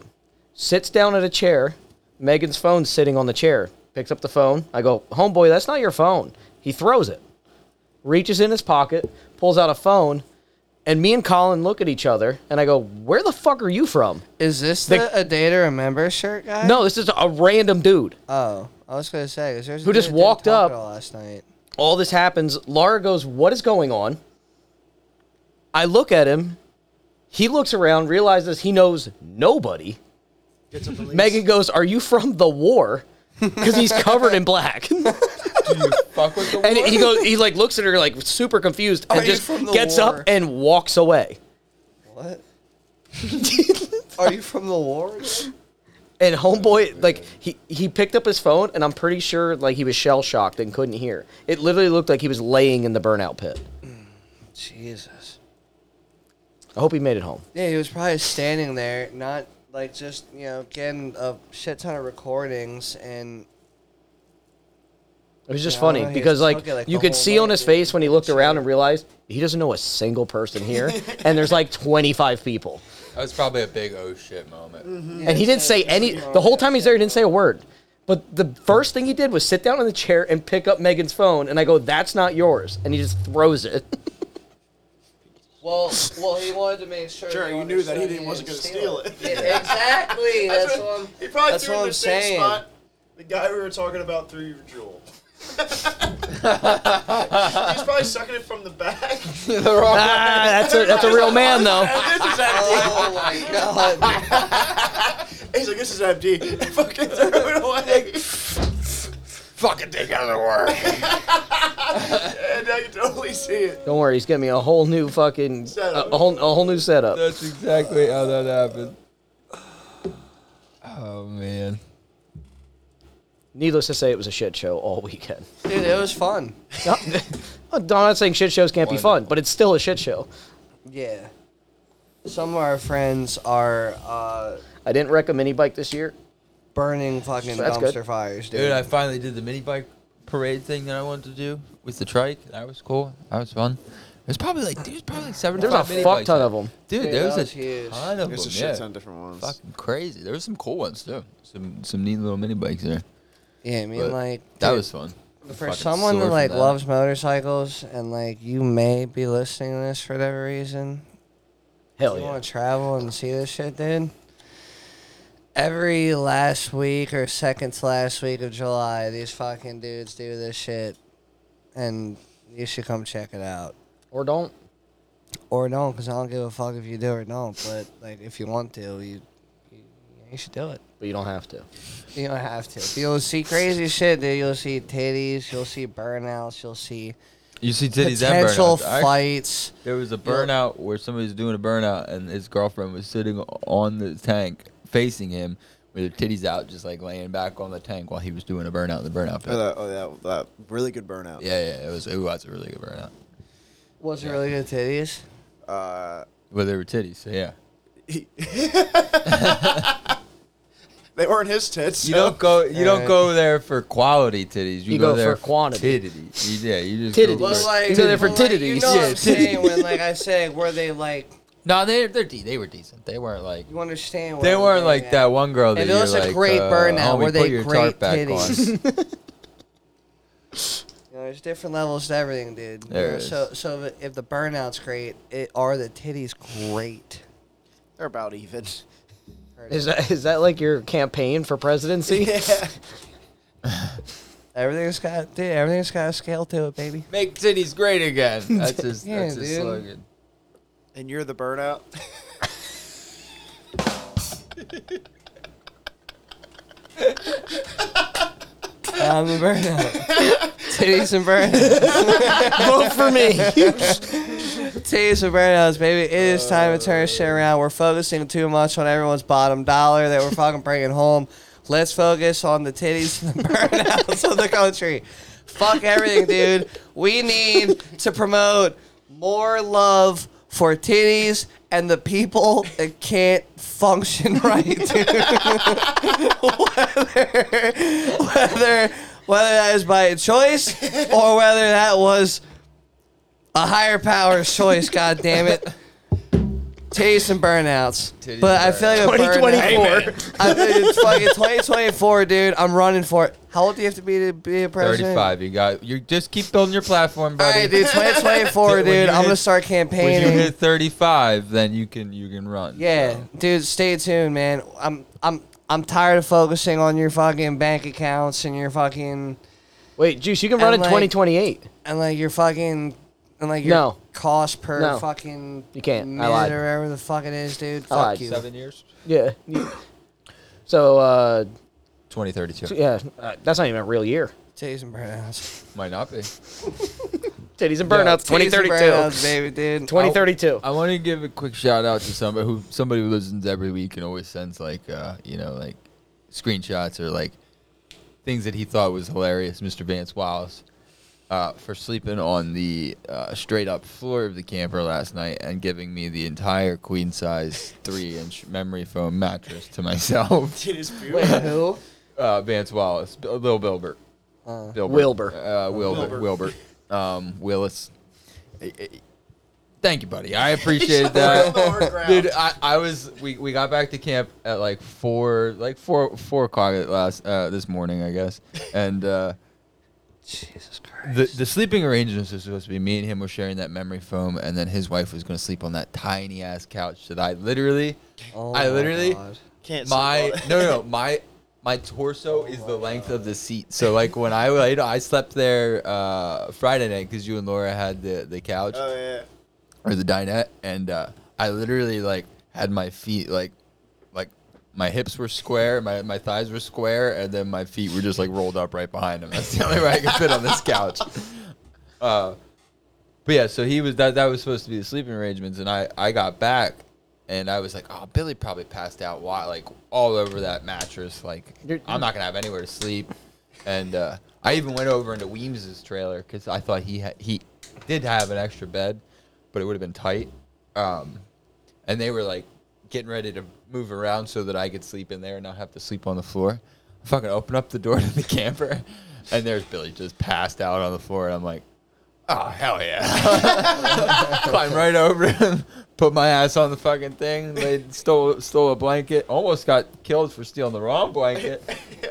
sits down at a chair. Megan's phone's sitting on the chair. Picks up the phone. I go, "Homeboy, that's not your phone." He throws it. Reaches in his pocket, pulls out a phone, and me and Colin look at each other, and I go, "Where the fuck are you from?" Is this the, The- a day to remember shirt guy? No, this is a random dude. Oh, I was gonna say 'cause there's a Who dude just that did walked up- taco last night. All this happens. Laura goes, What is going on? I look at him. He looks around, realizes he knows nobody. Megan goes, Are you from [LAUGHS] the war? Because he's covered in black. and fuck with the war? he goes, He like looks at her like super confused and you just from the gets war? up and walks away. [LAUGHS] What? Are you from the war? again? And Oh, homeboy, like he he picked up his phone, and I'm pretty sure like he was shell shocked and couldn't hear. It literally looked like he was laying in the burnout pit. Jesus. I hope he made it home. Yeah, he was probably standing there, not like just you know getting a shit ton of recordings and It was Yeah, just I funny don't know, he because just like, took it, like, you the could whole see on night, his dude. face when he looked around and realized he doesn't know a single person [LAUGHS] here, and there's like 25 people, that was probably a big oh shit moment. [LAUGHS] Mm-hmm. and he didn't say any. The whole time he's there, he didn't say a word. But the first thing he did was sit down in the chair and pick up Megan's phone, and I go, "That's not yours," and he just throws it. Well, well, he wanted to make sure. Sure, they you knew that he understood didn't, wasn't didn't going to steal it. [LAUGHS] Yeah, exactly. That's what I'm. He probably That's threw it what in I'm the same saying. spot the guy we were talking about threw your [LAUGHS] jewel. He's probably sucking it from the back. [LAUGHS] ah, that's a that's a real man though. this is empty. Oh my god. [LAUGHS] He's like, this is empty. And [LAUGHS] fucking threw it away. Fucking take out of the [LAUGHS] war. and I can totally see it. [LAUGHS] Don't worry, he's getting me a whole new fucking Setup. a, a whole a whole new setup. That's exactly how that happened. Oh man. Needless to say, it was a shit show all weekend. [LAUGHS] Dude, it was fun. No, I'm not saying shit shows can't be fun, but it's still a shit show. Yeah. Some of our friends are uh, I didn't recommend any bike this year. burning fucking That's dumpster good. fires, dude. Dude, I finally did the mini bike parade thing that I wanted to do with the trike. That was cool. That was fun. There's probably like there's probably like seven. There's a fuck ton of them. Dude, Dude, there was, that was a huge. ton of There's them. a shit yeah. ton of different ones. Fucking crazy. There was some cool ones too. Some some neat little mini bikes there. yeah, I mean, But like that dude, was fun. for fucking someone sore that from like that. loves motorcycles and like you may be listening to this for whatever reason. Hell you yeah. want to travel and see this shit, dude. every last week or second to last week of July, these fucking dudes do this shit, and you should come check it out. Or don't. Or don't, because I don't give a fuck if you do or don't. But like, if you want to, you you, you should do it. But you don't have to. You don't have to. But You'll see crazy shit, dude. You'll see titties. You'll see burnouts. You'll see You see titties and potential burnouts. I- fights. There was a burnout where somebody was doing a burnout and his girlfriend was sitting on the tank facing him with her titties out, just like laying back on the tank while he was doing a burnout in the burnout Oh, pit. that, oh, that, that really good burnout. Yeah, yeah, it was it was a really good burnout. Was it really good titties? Uh, Well, there were titties, so yeah. they weren't his tits. You so- don't go you don't Alright. go there for quality titties. You, You go, go there for quantity. Titties. You- Yeah, you just Titties. Go Well, for, like- You go there for well, like, titties. You know what Yeah, I'm saying? titties. When like I say, were they like? no, they they they were decent. They weren't like You understand? What they I'm weren't getting like at. that one girl that If it you're was a like, great uh, burnout, homie, were put they your tarp great back on. [LAUGHS] titties? You know, there's different levels to everything, dude. You There know, is. So so if- if the burnout's great, it, are the titties great? They're about even. Is that is that like your campaign [LAUGHS] for presidency? Everything's got dude, everything's got a scale to it, baby. Make titties great [LAUGHS] again. That's his, Yeah, that's his dude. slogan. And you're the burnout. [LAUGHS] I'm [LAUGHS] the burnout. titties and burnout. Vote for me. [LAUGHS] Titties and burnouts, baby. It is time to turn shit around. We're focusing too much on everyone's bottom dollar that we're fucking bringing home. Let's focus on the titties and the burnouts of the country. Fuck everything, dude. We need to promote more love for titties and the people that can't function [LAUGHS] right, dude. whether, whether, whether that is by choice or whether that was a higher power's choice, god damn it. Titties and burnouts. Titties but and I feel like a burnout. 2024. I think it's fucking 2024, dude. I'm running for it. How old do you have to be to be a president? 35. You got you just keep building your platform, All buddy. right, dude. 2024, Dude, when dude. you I'm gonna hit- start When you hit campaigning. 35, then you can you can run. Yeah, so. dude. Stay tuned, man. I'm I'm I'm tired of focusing on your fucking bank accounts and your fucking Wait, Juice, you can run And, in like- 2028. and like your fucking and like your No. cost per No. fucking You can't. I minute lied. or whatever the fuck it is, dude. I Fuck lied. you. Seven years. Yeah. you- [COUGHS] So, uh, 2032 yeah, uh, that's not even a real year. Titties and burnouts. might not be. Titties and burnouts, Titties and 2032. burnouts, [LAUGHS] baby, dude. Oh, 2032. I want to give a quick shout out to somebody who somebody who listens every week and always sends like uh, you know like screenshots or like things that he thought was hilarious. Mr. Vance Wiles uh, for sleeping on the uh, straight up floor of the camper last night and giving me the entire queen size three inch memory foam mattress to myself. It is beautiful. Wait, who? Uh, Vance Wallace, B- Bill Bilbert, Bilbert. Wilbur. uh, Wilbur, Wilbert, um, Willis. Eh, eh, Thank you, buddy. I [LAUGHS] appreciate that, lower ground. dude. I, I was we, we got back to camp at like four like four four o'clock at last uh, this morning, I guess, and. Uh, Jesus Christ. the, the sleeping arrangements was supposed to be me and him were sharing that memory foam, and then his wife was going to sleep on that tiny ass couch that I literally, Oh I my literally, God. Can't sleep my on it. no, no no, my my torso is the length of the seat. So like when I laid, I slept there uh, Friday night because you and Laura had the the couch Oh yeah. or the dinette, and uh, I literally like had my feet like like my hips were square, my my thighs were square, and then my feet were just like rolled up right behind them. That's the only way I could fit on this couch. Uh, but yeah, so he was that that was supposed to be the sleeping arrangements, and I I got back. And I was like, "Oh, Billy probably passed out, wi- like all over that mattress. Like, You're- I'm not gonna have anywhere to sleep." And uh, I even went over into Weems's trailer because I thought he ha- he did have an extra bed, but it would have been tight. Um, and they were like getting ready to move around so that I could sleep in there and not have to sleep on the floor. I fucking open up the door to the [LAUGHS] camper, and there's Billy just passed out on the floor, and I'm like, oh hell yeah! [LAUGHS] Climb right over him, put my ass on the fucking thing, laid, stole stole a blanket, almost got killed for stealing the wrong blanket.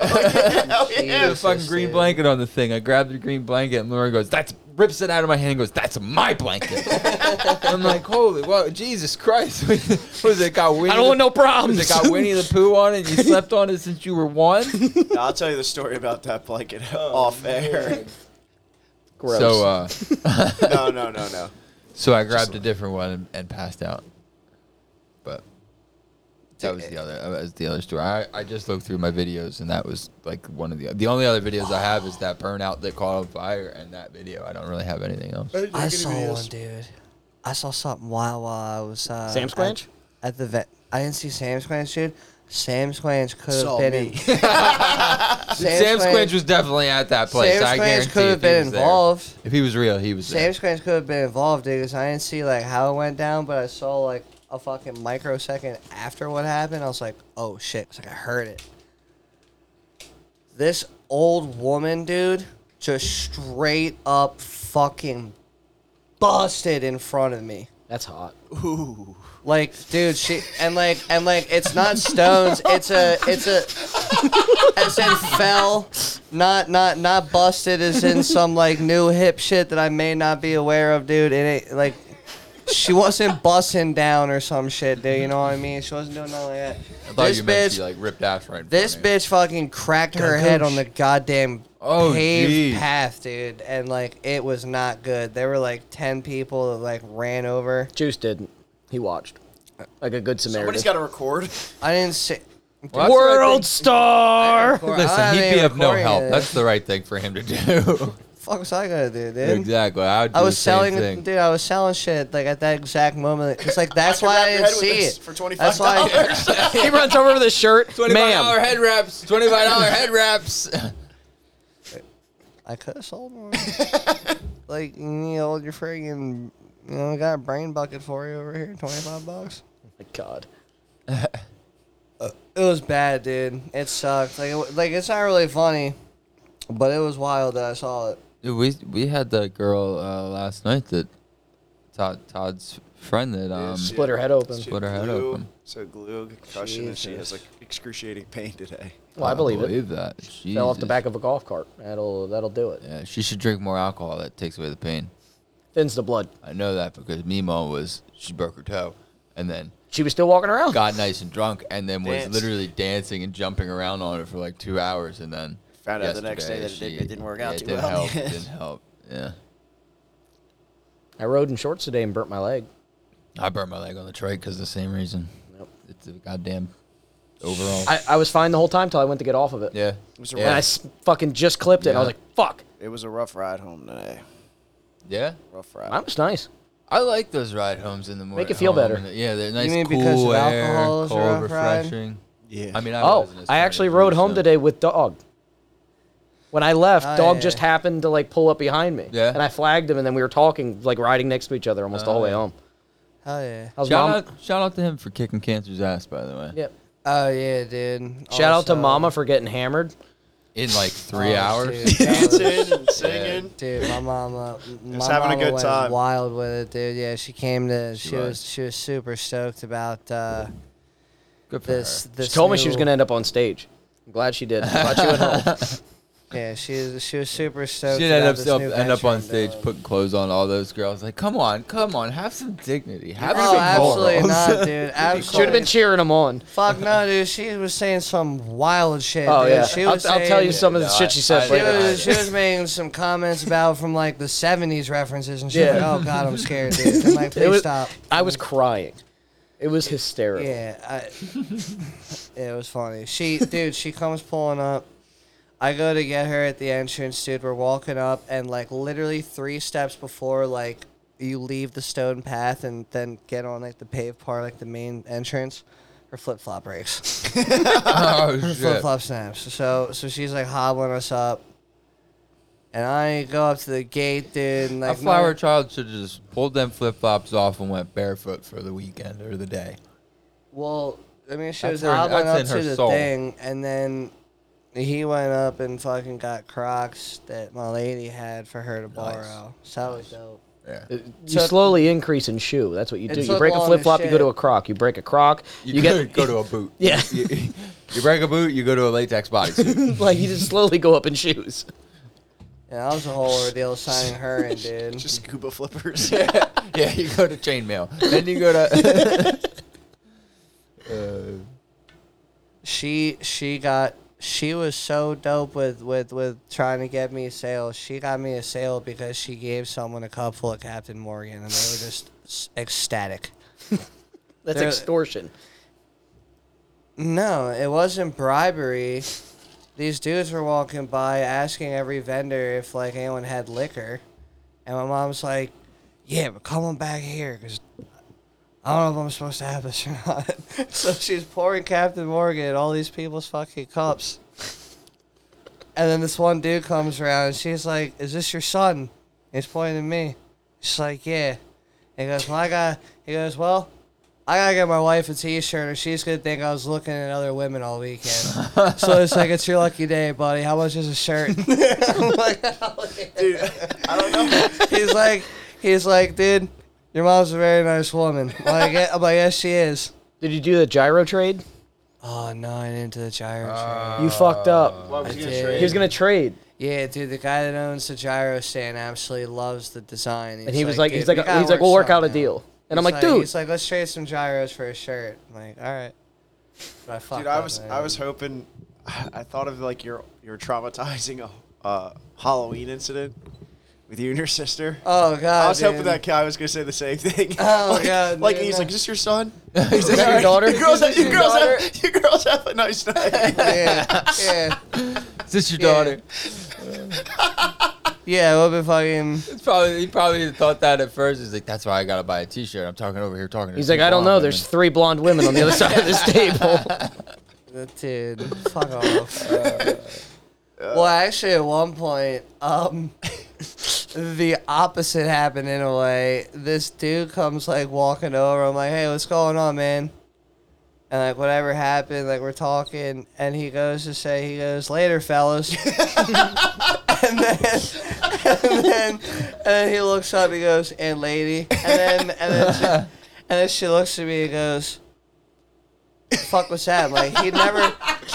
Oh yeah. There's a fucking green blanket on the thing. I grabbed the green blanket, and Laura goes, "That's rips it out of my hand and goes, "That's my [LAUGHS] blanket." I'm like, "Holy, well, Jesus Christ!" [LAUGHS] what is it? Got Winnie I don't want the, no problems. It got Winnie the Pooh on it. You [LAUGHS] slept on it since you were one. Now, I'll tell you the story about that [LAUGHS] blanket off air. Gross. So, uh, [LAUGHS] No, no, no, no. so I grabbed a different one and, and passed out. But that was the other. That was the other story. I, I just looked through my videos and that was like one of the the only other videos I have is that burnout that caught on fire and that video. I don't really have anything else. I saw one, dude. I saw something wild while I was uh, Sam's at- Clanch? at, the vet. I didn't see Sam's Clanch, dude. Sam's Clanch could have Saw been. me. [LAUGHS] In, Sam's, Sam Squinch was definitely at that place. Sam I guarantee Squinch could've if he been was there. involved. If he was real, he was Sam Squanch could have been involved, dude, because I didn't see like how it went down, but I saw like a fucking microsecond after what happened. I was like, oh shit. I was like, I heard it. This old woman, dude, just straight up fucking busted in front of me. That's hot. Like, dude, she and like and like it's not stones, it's a it's a as in fell, not not not busted as in some like new hip shit that I may not be aware of, dude. It ain't like she wasn't busting down or some shit, dude. You know what I mean? She wasn't doing nothing like that. there. I thought This you meant bitch, she, like ripped ass right. in this front of you. bitch fucking cracked her head on the goddamn Oh, paved geez. path, dude, and like it was not good. There were like ten people that like ran over. Juice didn't. He watched. Like a good Samaritan. Somebody's got to record. I didn't see. Well, that's the right thing- star. Listen, he'd be of no help. That's That's the right thing for him to do. [LAUGHS] fuck was I gonna do, dude? exactly. I, would do I was the same selling, Thing. dude. I was selling shit like at that exact moment. It's [LAUGHS] like that's can why wrap I your didn't head with see this it. for $25. That's why. [LAUGHS] he runs over with his shirt. $25 Ma'am. head wraps. Twenty-five dollar head wraps. [LAUGHS] I could have [LAUGHS] sold more. like you know, your friggin', you know, I got a brain bucket for you over here, twenty five bucks. My God. It was bad, dude. It sucked. Like, it, wa- like it's not really funny, but it was wild that I saw it. Dude, we we had that girl uh, last night that Todd Todd's friend that um. she- Split her head open. She Split her head blew- open. So glue concussion, and she has like Jesus. excruciating pain today. Well, I believe it. that. Fell off the Oh, Jesus. back of a golf cart. That'll that'll do it. Yeah, she should drink more alcohol. That takes away the pain. Thins the blood. I know that because Mimo was she broke her toe, and then She was still walking around. got nice and drunk and then was Danced. literally dancing and jumping around on it for like two hours and then Found out the next day yesterday that it didn't- it didn't work yeah, out it too didn't well. help, it [LAUGHS] didn't help yeah I rode in shorts today and burnt my leg. I burnt my leg on the trike because the same reason Yep. it's a goddamn overall I, I was fine the whole time till I went to get off of it. yeah was a And I yeah. rough- s- fucking just clipped it. And I Yeah. was like, fuck. It was a rough ride home today. yeah Rough ride. That was nice. I like those ride homes in the morning it feel home better. and the- yeah they're nice mean cool because of air alcohol is a cold rough ride? refreshing Yeah. I mean I Oh, wasn't as I tired actually as rode you, home so- today with dog. When I left, Oh, dog yeah. just happened to like pull up behind me. Yeah. And I flagged him, and then we were talking, like riding next to each other almost all the Oh, way yeah. home. Hell yeah. How's shout mom? out shout out to him for kicking cancer's ass by the way Yeah. Oh yeah, dude. Oh, Oh, Shout out to Also- Mama for getting hammered. in like three Three [LAUGHS] hours Dancing and singing. Dude, my mama, my was having a mama good went time. wild with it, dude. Yeah, she came to. She, was. was. she was super stoked about uh, [LAUGHS] good for this. her. this She told me she was new- gonna end up on stage. I'm glad [LAUGHS] she did. I'm glad she went home. Yeah, she was. She was super stoked. She'd end about up, this still new end up venture on I'm stage doing. putting clothes on all those girls. Like, come on, come on, have some dignity. Have Oh, some [LAUGHS] absolutely morals." [LAUGHS] not, dude. Should have Absolutely. been cheering them on. Fuck no, dude. She was saying some wild shit. Oh dude. yeah, She I'll, was I'll tell saying- you some of the No, shit I- she said I- She later. was, she was making some comments about from like the '70s references and shit. Yeah. Like, oh god, I'm scared, dude. [LAUGHS] I'm like, It please was, stop. I was crying. It was hysterical. Yeah, I, [LAUGHS] it was funny. She, dude, she comes pulling up. I go to get her at the entrance, dude. We're walking up, and like literally three steps before, like you leave the stone path and then get on like the paved part, like the main entrance. Her flip flop breaks. [LAUGHS] Oh Her [LAUGHS] flip shit! flop snaps. So, so she's like hobbling us up, and I go up to the gate, dude. And, like, A flower child should have just pulled them flip flops off and went barefoot for the weekend or the day. Well, I mean, she That's was her- hobbling that's in up her to the soul. thing, and then he went up and fucking got Crocs that my lady had for her to borrow. So that was dope. Yeah. You slowly increase in shoe. That's what you do. It's You like break a long flip flop, as you go to shit. a croc. You break a croc, you you, get go to a [LAUGHS] boot. Yeah. You, [LAUGHS] [LAUGHS] you break a boot, you go to a latex bodysuit. like you just slowly go up in shoes. And that was a whole ordeal signing her [LAUGHS] in, dude. Just scuba flippers. yeah, you go to chainmail. Then you go to. [LAUGHS] uh, she she got she was so dope with with with trying to get me a sale. She got me a sale because she gave someone a cup full of Captain Morgan, and they were just s- ecstatic. That's They're- extortion. No, it wasn't bribery. These dudes were walking by asking every vendor if like anyone had liquor, and my mom's like, "Yeah, but come on back here, cause I don't know if I'm supposed to have this or not." [LAUGHS] so she's pouring Captain Morgan in all these people's fucking cups, and then this one dude comes around and she's like, "Is this your son?" And he's pointing at me. She's like, "Yeah." He goes, "Well, I got." He goes, "Well." I gotta get my wife a T-shirt, or she's gonna think I was looking at other women all [LAUGHS] weekend. so it's like it's your lucky day, buddy. How much is [LAUGHS] a shirt? I'm like, Dude, I don't know. he's like, he's like, dude, your mom's a very nice woman. I'm like, yeah, I'm like, yes, she is. Did you do the gyro trade? Oh no, I didn't do the gyro Uh, trade. You fucked up. Why [LAUGHS] was he did. gonna trade? He was gonna trade. Yeah, dude, the guy that owns the gyro stand absolutely loves the design. And he was like, dude, he's like, we gotta he's like, we'll work out a something deal. And I'm He's like, dude, he's like, let's trade some gyros for a shirt. I'm like, all right. But I fucked Dude, I up, was man. I was hoping. I I thought of like your your traumatizing uh, Halloween incident with you and your sister. Oh god. I was hoping dude. that guy was gonna say the same thing. [LAUGHS] Oh, like, God, Like dude, he's no. like, "Is this your son? he's this like, your daughter? You [LAUGHS] girls, have, Is this you your girls [LAUGHS] daughter? have, you girls have a nice night." Yeah, yeah. Is this your Yeah. daughter? Yeah, we'll be fucking. It's probably he probably thought that at first. He's like, that's why I gotta buy a T-shirt. I'm talking over here talking. To he's two like, I don't blonde know. women." There's three blonde women [LAUGHS] on the other side of this table. Dude, fuck off. Uh, well, actually, at one point, um, [LAUGHS] the opposite happened in a way. This dude comes like walking over. I'm like, hey, what's going on, man? And like, whatever happened, like, we're talking. And he goes to say, he goes, later, fellas. [LAUGHS] and then, and then, and then he looks up. He goes, "And lady," and then, and then, she, and then she looks at me and goes, "Fuck was that?" Like he never.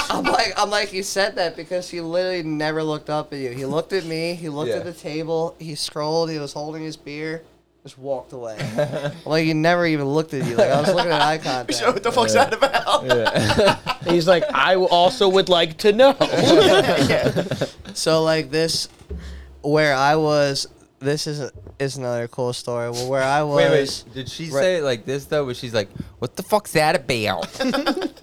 I'm like, I'm like, he said that because he literally never looked up at you. He looked at me. He looked Yeah. at the table. He scrolled. He was holding his beer. Just walked away. I'm like he never even looked at you. Like I was looking at eye contact. So [LAUGHS] what the fuck's that about? He's like, I w- also would like [LAUGHS] to know. So like this, where I was. This is a, is another cool story. Well, where I was. Wait, wait. Did she Right. say it like this though? Where she's like, "What the fuck's that [LAUGHS] about?"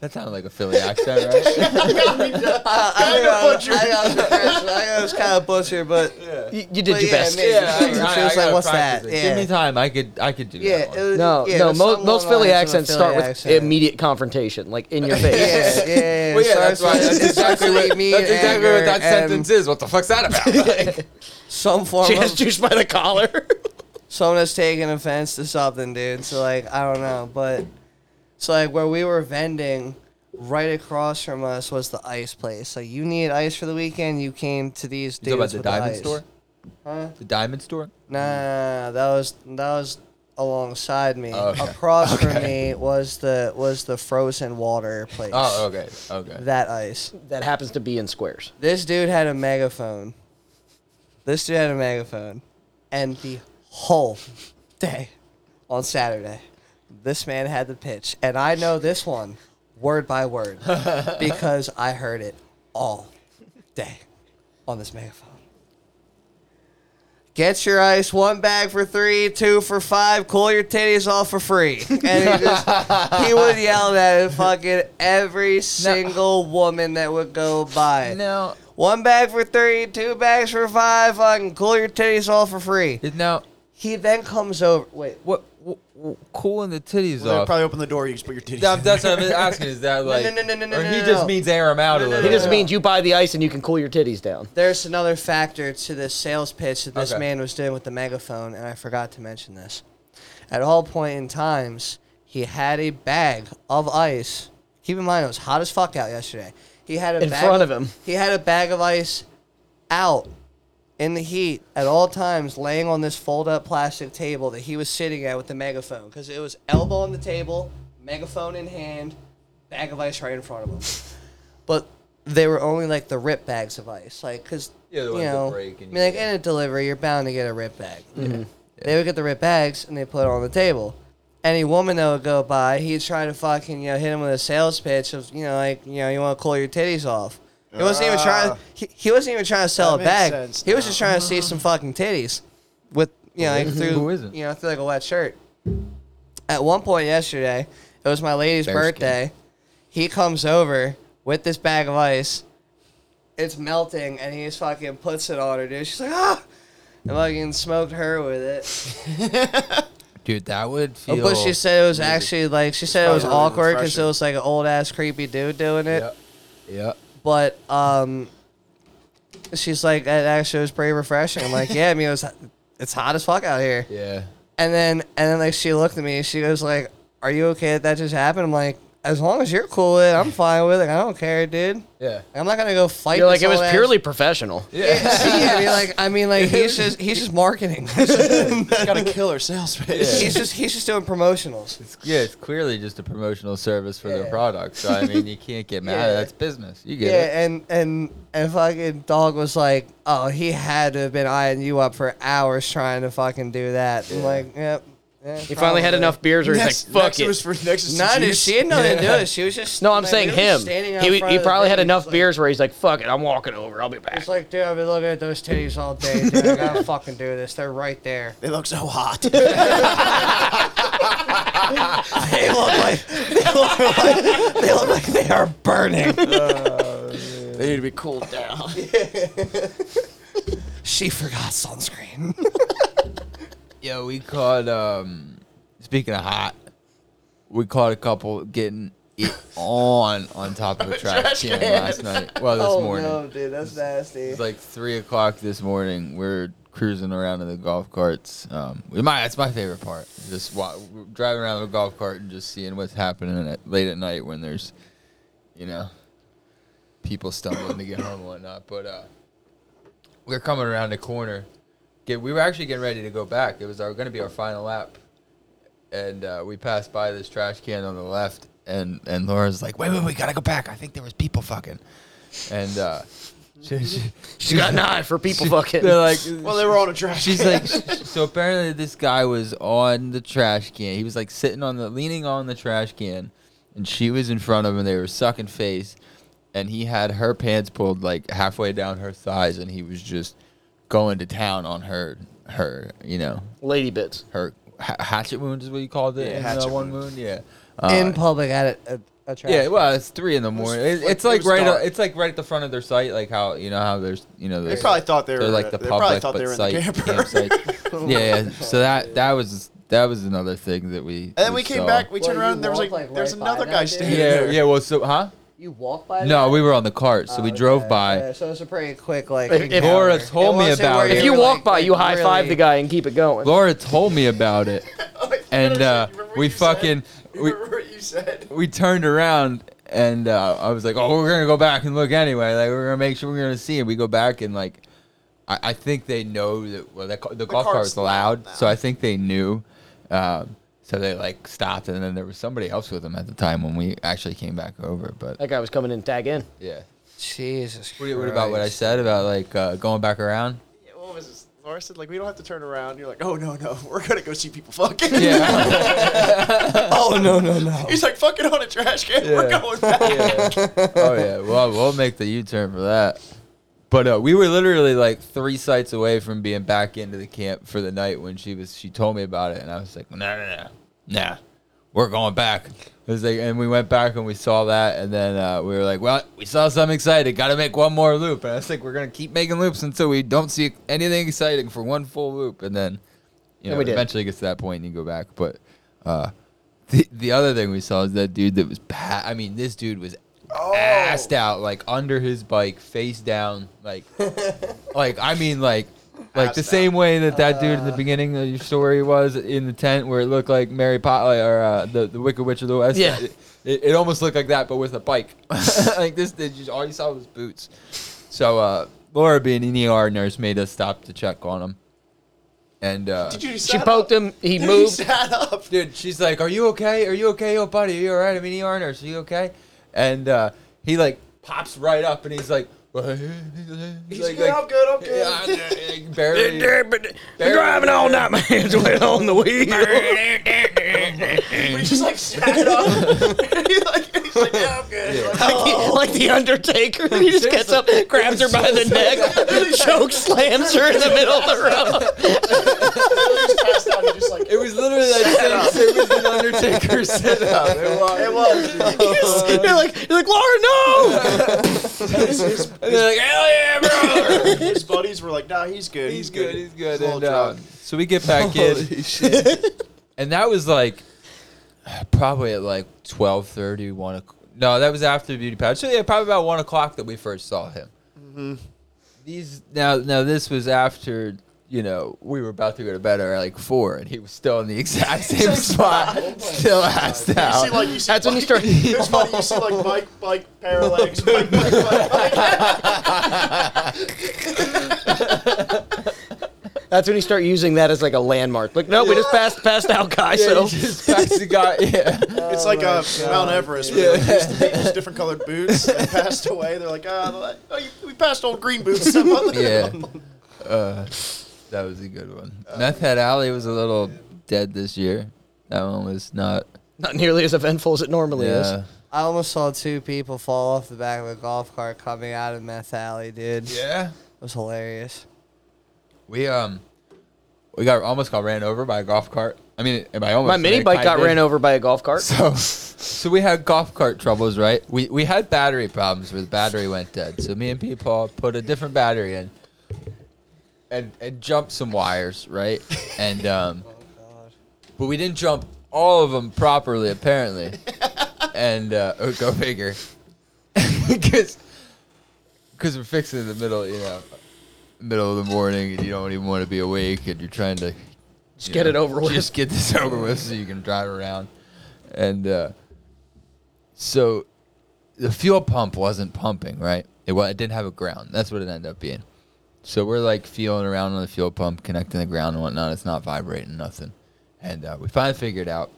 that sounded like a Philly accent, [LAUGHS] right? I think I was- I think I was impressed. I think I was kind of butchered, but [LAUGHS] You, you did but your yeah, best. maybe. she was like, gotta "What's practice that?" it. Give me Yeah, time. I could, I could do yeah. that. It One. was, No, yeah, no. there's Most, something most along the lines of Philly a accents Philly start with accent. immediate confrontation, like in [LAUGHS] your face. Yeah, [LAUGHS] yeah, yeah. Well, yeah, Starts that's, right. with- that's exactly starts what, with me, that's exactly what anger, that and sentence is. What the fuck's that [LAUGHS] about? Like, Some form She has of juice by the collar. someone has taken offense to something, dude. So like, I don't know, but so like where we were vending, right across from us was the ice place. Like, you need ice for the weekend, you came to these you dudes talking about the with diamond ice. store? Huh? The diamond store? Nah, nah, nah, that was that was alongside me. Oh, Okay. Across from me was the was the frozen water place. Oh, okay, okay. That ice. [LAUGHS] that happens to be in squares. This dude had a megaphone. This dude had a megaphone, and the whole day on Saturday, this man had the pitch, and I know this one word by word because I heard it all day on this megaphone. Get your ice, one bag for three, two for five, cool your titties all for free. And he just, he would yell that at fucking every single woman that would go by. Now, One bag for three, two bags for five, fucking cool your titties all for free. now, He then comes over. Wait, what, what, what cooling the titties They off? probably open the door. You just put your titties. That- in. that's what I'm asking. Is that like, [LAUGHS] no, no, no, no, no, or he no, just no. means air him out a little? He just bit. means you buy the ice and you can cool your titties down. there's another factor to this sales pitch that this Okay. man was doing with the megaphone, and I forgot to mention this. At all point in times, he had a bag of ice. Keep in mind, it was hot as fuck out yesterday. He had a In bag front of him. He had a bag of ice out in the heat at all times, laying on this fold-up plastic table that he was sitting at with the megaphone, because it was elbow [LAUGHS] on the table, megaphone in hand, bag of ice right in front of him. But they were only like the rip bags of ice, like because Yeah, the you ones that know, break I and mean, you Mm-hmm. like get- in a delivery, you're bound to get a rip bag. They would get the rip bags and they put it on the table. Any woman that would go by, he'd try to fucking you know hit him with a sales pitch of you know like you know you want to cool your titties off. He wasn't even Ah. trying. He, he wasn't even trying to sell That a makes bag. sense he was now. just trying to see some fucking titties, with you know like through Who isn't? you know through like a wet shirt. At one point yesterday, it was my lady's Fair skin. birthday. He comes over with this bag of ice. It's melting, and he just fucking puts it on her, dude. She's like, ah, and fucking smoked her with it. Dude, that would feel. Oh, But she said it was actually like she said it was probably really awkward because it refreshing. was like an old ass creepy dude doing it. Yeah. Yeah. But um, she's like, that actually was pretty refreshing. I'm like, yeah, I mean, it was, it's hot as fuck out here. Yeah. And then and then like she looked at me. She goes like, "Are you okay that that just happened?" I'm like, "As long as you're cool with it, I'm fine with it. I don't care, dude. [LAUGHS] Yeah. I'm not gonna go fight." You're like, this it was old-ass purely professional. Yeah. Yeah, [LAUGHS] I mean, like, I mean, like, he's just he's just marketing. [LAUGHS] he's [LAUGHS] Gotta kill her sales pitch. just he's just doing promotionals. It's, yeah, it's clearly just a promotional service for their Yeah. product. So I mean, you can't get mad. [LAUGHS] Yeah. That's business. You get it. Yeah, and and and fucking dog was like, "Oh, he had to have been eyeing you up for hours trying to fucking do that." I'm like, "Yep." Yeah, He finally had enough beers, or he's like, Next, fuck next it. was for next is to No, dude, juice. she didn't know to do it. She was just no, I'm like, saying we were just him. standing out He, front he of the probably had thing. enough It's like- beers where he's like, fuck it, I'm walking over. I'll be back. It's like, dude, I've been looking at those titties all day, dude. I [LAUGHS] gotta fucking do this. They're right there. They look so hot. [LAUGHS] They look like they look like they, look like they are burning. they need to be cooled down. She forgot sunscreen. Yeah, we caught. Um, speaking of hot, we caught a couple getting it on on top [LAUGHS] of a trash can last night. Well, Oh, this morning. dude, that's nasty. It's like three o'clock this morning. We're cruising around in the golf carts. Um, we- my that's my favorite part. Just wa- driving around in a golf cart and just seeing what's happening at, late at night when there's, you know, people stumbling to get home and whatnot. But uh, we're coming around the corner. Get, we were actually getting ready to go back. It was our going to be our final lap, and uh, we passed by this trash can on the left, and and Laura's like, "Wait, wait, we gotta go back. I think there was people fucking," and. Uh, [LAUGHS] she- she- She got an eye for [LAUGHS] people fucking. [LAUGHS] they're like, well, they were on a trash. [LAUGHS] she's like, so apparently this guy was on the trash can. He was like sitting on the, leaning on the trash can, and she was in front of him. They were sucking face, and he had her pants pulled like halfway down her thighs, and he was just going to town on her, her, you know, Lady bits. her ha- hatchet wound is what you called it. Yeah, in the hatchet one wound. wound, yeah. Uh, in public at a, a, a trash. Yeah, well, it's three in the morning. It- like- it's it like was right, uh, dark. it's like right at the front of their site, like how you know how there's, you [LAUGHS] know, They there's probably thought they were. they're like the they probably public thought but they were in site the camper. campsite. yeah, yeah. So that that was that was another thing that we. [LAUGHS] And then we came saw. back. We turned Well, around. you and There was walked, like, like, there's right by another that, guy dude. standing [LAUGHS] Yeah, there. yeah. Well, so huh? you walk by. No, we were on the cart, so we drove by. Oh, Yeah, so it's a pretty quick like. If- if- encounter. Laura told It me wasn't about where it. If They you were, walk like- by, you like, high five really- the guy and keep it going. Laura told me [LAUGHS] about it, and uh, Oh, Remember what we you said? fucking we Remember what you said? we turned around. And uh, I was like, "Oh, we're gonna go back and look anyway. Like, we're gonna make sure we're gonna see." And we go back and like, I, I think they know that well, that, ca- the, golf cart cart's was loud, loud now. so I think they knew. Um, so they like stopped, and then there was somebody else with them at the time when we actually came back over. But That guy was coming in tag in. yeah, Jesus. what, what about what I Christ. said about like uh, going back around? Yeah, What was this? Laura said like we don't have to turn around. You're like, oh no no, we're gonna go see people fucking. [LAUGHS] Yeah, Oh [LAUGHS] no no no. He's like fucking on a trash can. [LAUGHS] We're Yeah. going back. oh yeah. Well, we'll make the U turn for that. But uh, we were literally like three sites away from being back into the camp for the night when she was. She told me about it, and I was like, "No, no, no, nah, we're going back." It was like, and we went back and we saw that, and then uh, we were like, "Well, we saw something exciting. Got to make one more loop." And I was like, "We're gonna keep making loops until we don't see anything exciting for one full loop." And then, you And know, we it did. eventually gets to that point and you go back. But uh, the the other thing we saw is that dude that was. Pa- I mean, this dude was assed out, like under his bike, face down, like, like I mean, like, like the Assed same way that that dude in the beginning of your story was in the tent where it looked like Mary Potter or uh, the the Wicked Witch of the West. Yeah. It, it, it almost looked like that, but with a bike. [LAUGHS] like this, dude, just, all you saw was boots. So uh, Laura, being an ER nurse, made us stop to check on him, and uh, Dude, he She sat poked up. him. He Dude, [LAUGHS] moved. He sat up. dude, she's like, "Are you okay? Are you okay, oh buddy? Are you all right? I'm an ER nurse. Are you okay?" And uh, he like pops right up and he's like, [LAUGHS] he's He's good, I'm good, I'm good. yeah, I'm good," [LAUGHS] like, barely, barely driving [LAUGHS] all night, my hands went on the wheel. He's just like sat [LAUGHS] up. he's like, he's like, yeah, I'm good. Like, Oh. Like, like the Undertaker, he just gets [LAUGHS] up, grabs her by the neck, choke slams her in the middle of [LAUGHS] the road. he's passed out. He's just like, It was literally that same shit as [LAUGHS] an Undertaker setup. It was. it was. dude. You're like, you're like, Laura, no! His, his, And they're like, hell yeah, bro! [LAUGHS] his buddies were like, nah, he's good. He's, good. He's good. a little and, uh, drunk. so we get back in, [LAUGHS] and that was like probably at like 12:30, 1 o'clock. No, that was after the beauty pageant. So yeah, probably about one o'clock that we first saw him. These now, now this was after you know we were about to go to bed at like four, and he was still in the exact same spot, still assed You see, out. like, you see, That's when you Mike- [LAUGHS] start- It's funny. You see, like Mike, like [LAUGHS] parallax. Mike, Mike, Mike, Mike. That's when you start using that as like a landmark. Like, no, we just passed passed out, guys. yeah, so he just passed the guy. [LAUGHS] Yeah. It's like uh, Mount Everest. Yeah. Like, used to be just different colored boots. [LAUGHS] They passed away. They're like, ah, oh, you, we passed old green boots. [LAUGHS] yeah. Uh, that was a good one. Meth Head Alley was a little dead this year. That one was not. uh, not nearly as eventful as it normally Yeah. is. I almost saw two people fall off the back of a golf cart coming out of Meth Alley, dude. It Yeah. was hilarious. We um, we got almost got ran over by a golf cart. I mean, I almost My mini bike got ran over by a golf cart. So, so we had golf cart troubles, right? We we had battery problems where the battery went dead. So me and P. Paul put a different battery in, and and jumped some wires, right? And um, but we didn't jump all of them properly, apparently. and uh, oh, go figure, [LAUGHS] because because we're fixing in the middle, you know, middle of the morning, and you don't even want to be awake, and you're trying to Just get it over with. just get this [LAUGHS] over with so you can drive around. And uh, so the fuel pump wasn't pumping, right? It, wa it didn't have a ground. That's what it ended up being. So we're like feeling around on the fuel pump, connecting the ground and whatnot. It's not vibrating, nothing. And uh, we finally figured out.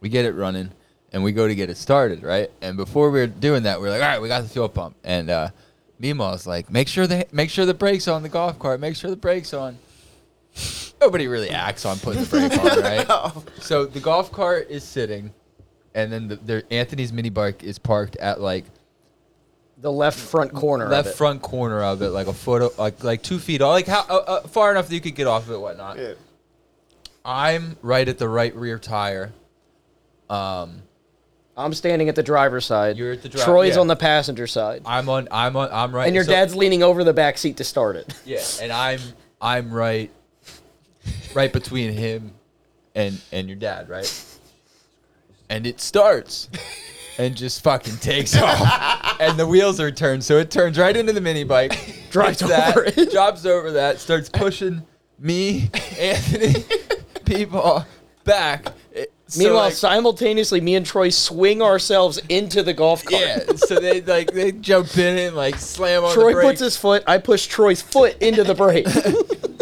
We get it running, and we go to get it started, right? And before we were doing that, we are like, all right, we got the fuel pump. And uh, Mima's like, make sure the make sure the brakes on the golf cart. Make sure the brakes on. Nobody really acts on putting the brake on, right? So the golf cart is sitting, and then the, their Anthony's mini bike is parked at like the left front corner. of left it. front corner of it, like a foot, o- like like two feet, all like how uh, uh, far enough that you could get off of it, whatnot. Yeah. I'm right at the right rear tire. Um, I'm standing at the driver's side. You're at the dri- Troy's yeah. on the passenger side, I'm on, I'm on, I'm right. and your so- dad's leaning over the back seat to start it. Yeah, and I'm I'm right right between him and and your dad, right? And it starts and just fucking [LAUGHS] takes off. And the wheels are turned, so it turns right into the mini bike, [LAUGHS] Drives hits that, over it. drops over that, starts pushing me, Anthony, people back. It- so, Meanwhile, like, simultaneously, me and Troy swing ourselves into the golf cart. yeah, so they like they jump in and like slam on Troy the brakes. puts his foot. I push Troy's foot into the [LAUGHS] brake.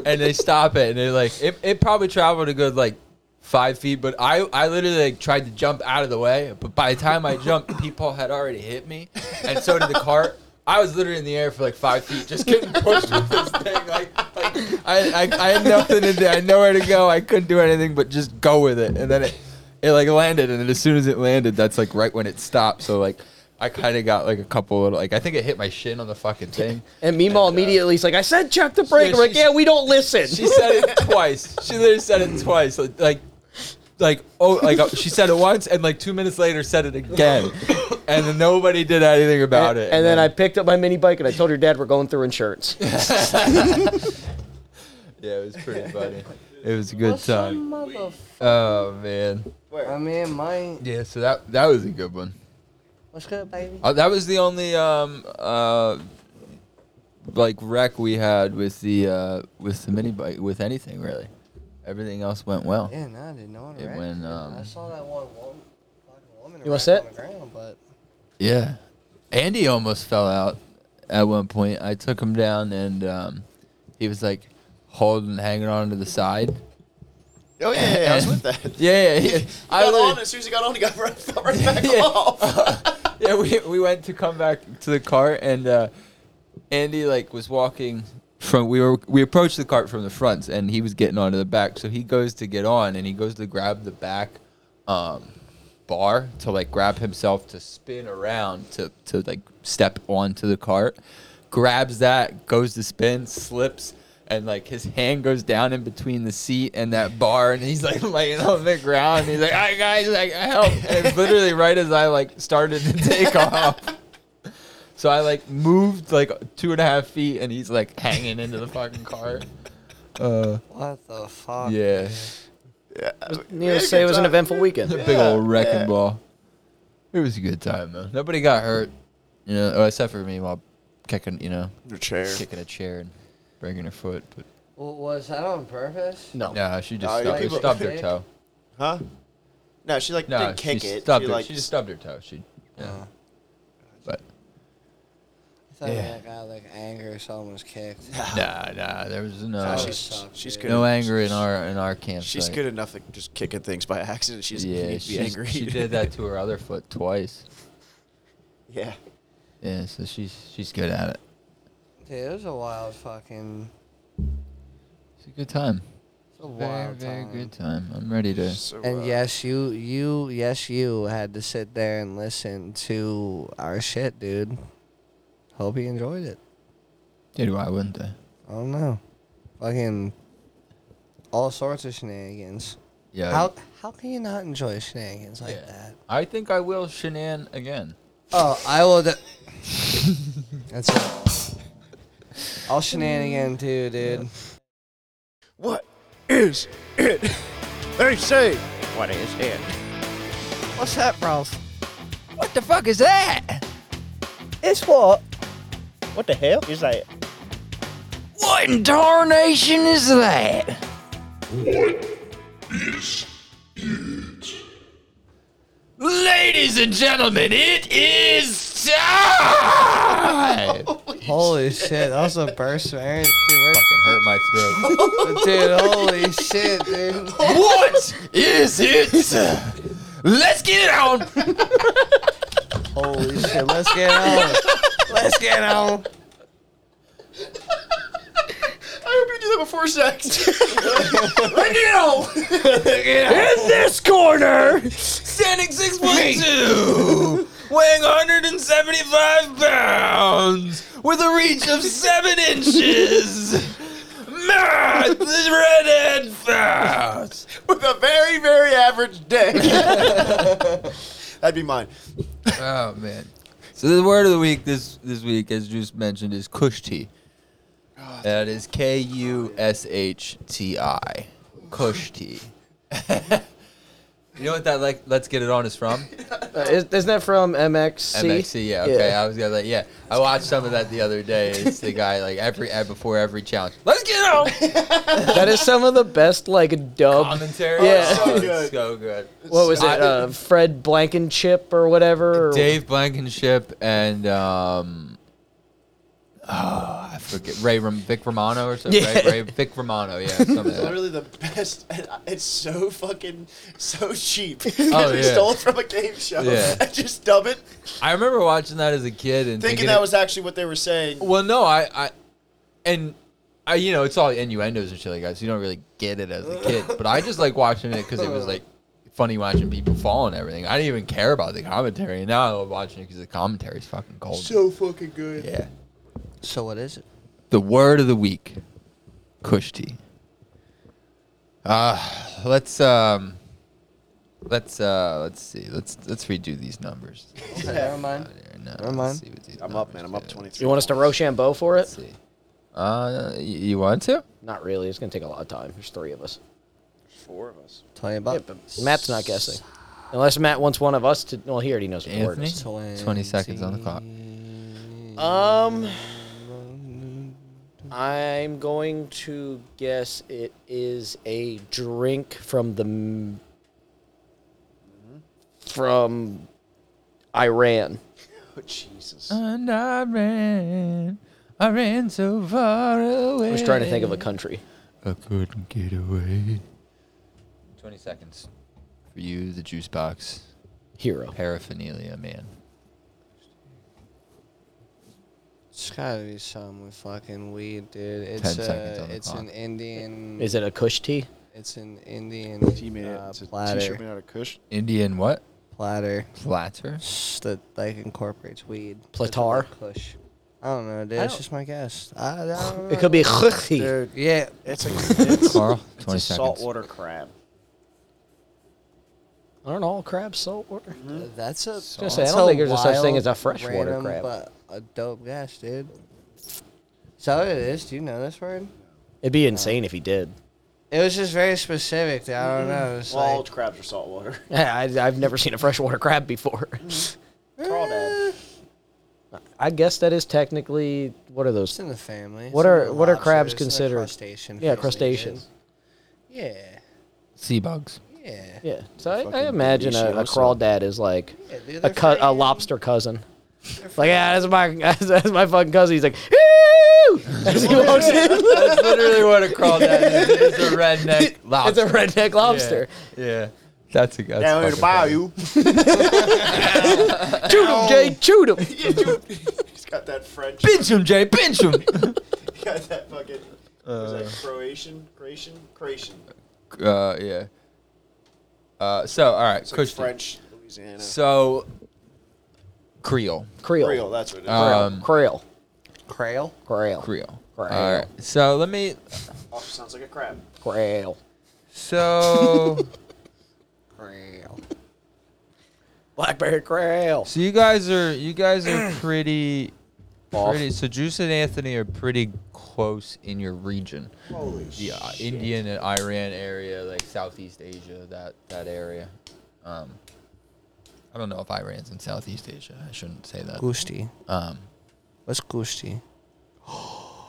and they stop it and they're like it, it probably traveled a good like five feet but i i literally like tried to jump out of the way but by the time i jumped people had already hit me and so did the cart i was literally in the air for like five feet just getting pushed with this thing like, like I, I i had nothing to do i had nowhere to go i couldn't do anything but just go with it and then it it like landed and then as soon as it landed that's like right when it stopped so like I kind of got like a couple little like I think it hit my shin on the fucking thing. And Meemaw immediately is like, "I said check the brake." Yeah, I'm like, she's- "Yeah, we don't listen." She said it twice. She literally said it twice. Like, like, like oh, like uh, she said it once, and like two minutes later said it again, and then nobody did anything about and, it. and then I picked up my mini bike and I told your dad we're going through insurance. yeah, it was [LAUGHS] pretty funny. It was a good time. Oh man, I mean, my yeah. So that that was a good one. what's good, baby? Uh, that was the only um uh like wreck we had with the uh with the mini bike with anything really. Everything else went well. Yeah, no, I didn't know what It went, I um, saw that one woman, fucking woman You wanna wrecked sit? on the ground, but Yeah. Andy almost fell out at one point. I took him down and um, he was like holding, hanging on to the side. Oh yeah, yeah, yeah, I was with that. [LAUGHS] Yeah, yeah, yeah. I I got on, literally- and as soon as he got on, he got right, fell right back Yeah. off. yeah, we we went to come back to the cart, and uh, Andy like was walking from. We were we approached the cart from the front, and he was getting onto the back. So he goes to get on, and he goes to grab the back um, bar to like grab himself to spin around to to like step onto the cart. Grabs that, goes to spin, slips. And like his hand goes down in between the seat and that bar, and he's like [LAUGHS] laying on the ground. And he's like, "All right, guys, like help!" And it's literally right as I like started to take [LAUGHS] off, so I like moved like two and a half feet, and he's like hanging into the fucking car. Uh, What the fuck? yeah, [LAUGHS] Needless to say, it was an event. eventful weekend. the big old wrecking yeah. ball. It was a good time though. Nobody got hurt, you know, oh, except for me while kicking, you know, Your chair. kicking a chair and breaking her foot. But W- was that on purpose? No. yeah, she just Oh, stubbed, people- stubbed her toe. Huh? No, she like No, didn't kick she it. stubbed She her. like Oh. she just stubbed her toe. She, yeah. but Oh, I thought Yeah. that guy like anger or someone was kicked. nah, nah, there was no, Nah, Oh, she's, sucks, she's dude. good. no anger in our in our camp. She's good enough at just kicking things by accident. She doesn't Yeah, need to be she, angry. [LAUGHS] she did that to her other foot twice. yeah. Yeah, so she's she's good at it. Dude, it was a wild fucking. It's a good time. It's a Very, wild very time. good time. I'm ready to. So, uh, And yes, you, you, yes, you had to sit there and listen to our shit, dude. Hope you enjoyed it. Dude, why wouldn't I? I don't know. Fucking all sorts of shenanigans. Yeah. How how can you not enjoy shenanigans like Yeah. that? I think I will shenan again. Oh, I will. d [LAUGHS] That's it. I'll shenanigan too, dude. What is it? They say. What is it? What's that, bro? What the fuck is that? It's what? What the hell is that? What in tarnation is that? What is it? Ladies and gentlemen, it is time! Holy shit! That was a burst of air, dude. we're- Fucking hurt my throat. dude, holy shit, dude. what is it? Let's get it on! Holy shit! Let's get on. Let's get on. I hope you do that before sex. [LAUGHS] In this corner, Standing six foot two, weighing 175 pounds, with a reach of seven inches. Matt, this redhead fast. With a very, very average dick. [LAUGHS] That'd be mine. oh man. So the word of the week this this week, as Juice mentioned, is kushti. That is K U S H T I. Kushti. [LAUGHS] you know what that like? Let's get it on is from. Uh, is, isn't that from MXC? MXC, yeah, okay. Yeah. I was gonna like, yeah. I watched some of that the other day. It's the guy like every eh, before every challenge. Let's get it on. that is some of the best like dub. Commentary. Yeah. Oh, So it's good. so good. What was it? I- Uh, Fred Blankenship or whatever. Or Dave Blankenship and um, oh, I forget Ray Ram- Vic Romano or something. Yeah. Right? Ray Vic Romano, yeah. Something like It's that. literally the best. and I- It's so fucking so cheap. [LAUGHS] Oh, we yeah. stole it from a game show. Yeah. I [LAUGHS] just dub it, I remember watching that as a kid and thinking thinking, that it- was actually what they were saying. well, no, I, I, and I, you know, it's all innuendos and shit like that. So you don't really get it as a kid. But I just like watching it because it was like funny watching people fall and everything. I didn't even care about the commentary, and now I love watching it because the commentary's fucking gold. So fucking good. yeah. So what is it? The word of the week, kushti. Uh, let's um, let's uh, let's see, let's let's redo these [LAUGHS] numbers. Okay, never mind. No, Never mind. I'm up, man. I'm up 23. You want us to Rochambeau for it? see. Uh, y- you want to? Not really. It's gonna take a lot of time. There's three of us. Four of us. Twenty bucks. Matt's not guessing. Unless Matt wants one of us to. Well, he already knows what the word Anthony, is. twenty seconds on the clock. Um, I'm going to guess it is a drink from the m- from Iran. Oh, [LAUGHS] Jesus. And I ran, I ran so far away. I was trying to think of a country. I couldn't get away. Twenty seconds for you, the juice box Hero. paraphernalia man. It's gotta be something with fucking weed, dude. Ten It's seconds a, on the it's clock. an Indian. Is it a kush tea? It's an Indian He made it. uh, It's a t-shirt platter. made out of Kush. Indian what? Platter [LAUGHS] Flatter? s- that like incorporates weed. Platar? Push. I don't know, dude. don't- It's just my guess. I, I don't know. [LAUGHS] It could be kush tea. Dude, yeah. It's a, it's, Carl, it's a 20 seconds. saltwater crab. Aren't all crabs saltwater? Hmm? That's a. I was gonna say, I don't think there's a such thing as a freshwater random, crab. But a dope guess, dude. Is that what it is? Do you know this word? It'd be insane if he did. [LAUGHS] It was just very specific. Dude. I don't know. It's Well, all like, crabs are saltwater. [LAUGHS] I, I've never seen a freshwater crab before. Crawdad. [LAUGHS] I guess that is technically what are it's those? in the family. What It's in are- the what are lobsters, crabs it's in the considered? Crustacean. family, Yeah, dude. crustacean. Yeah, Sea bugs. yeah. Yeah. So I, I Fucking imagine a, a delicioso. crawdad is like Yeah, dude, a, they're cu- a friends. lobster cousin. Like yeah, that's my [LAUGHS] that's, that's my fucking cousin. He's like, "Ew!" [LAUGHS] as he walks in. That's literally what a crawdad is. [LAUGHS] It's a redneck it's lobster. a redneck lobster. Yeah. That's a that's Down in the fucking bayou. [LAUGHS] Chewed Oh. [LAUGHS] him, Jay. Chewed him. Yeah, dude. He's got that French. funny. Pinch him, Jay. Pinch him. He got that fucking. was that Croatian? Croatian? Croatian. [LAUGHS] uh, yeah. Uh, so, all right. It's like Kush tea. French, Louisiana. So, Creole. Creole. Creole, that's what it is. Uh, Creole. Um, Creole. Crail. Creole. Creole. Creole. All right. So, let me. oh, sounds like a crab. Creole. So, Crail. Blackberry Creole. so you guys are you guys are pretty. Pretty, so Juice and Anthony are pretty close in your region, Holy the uh, Indian and Iran area, like Southeast Asia, that that area. Um, I don't know if Iran's in Southeast Asia. I shouldn't say that. Gusti. Um, What's Gusti?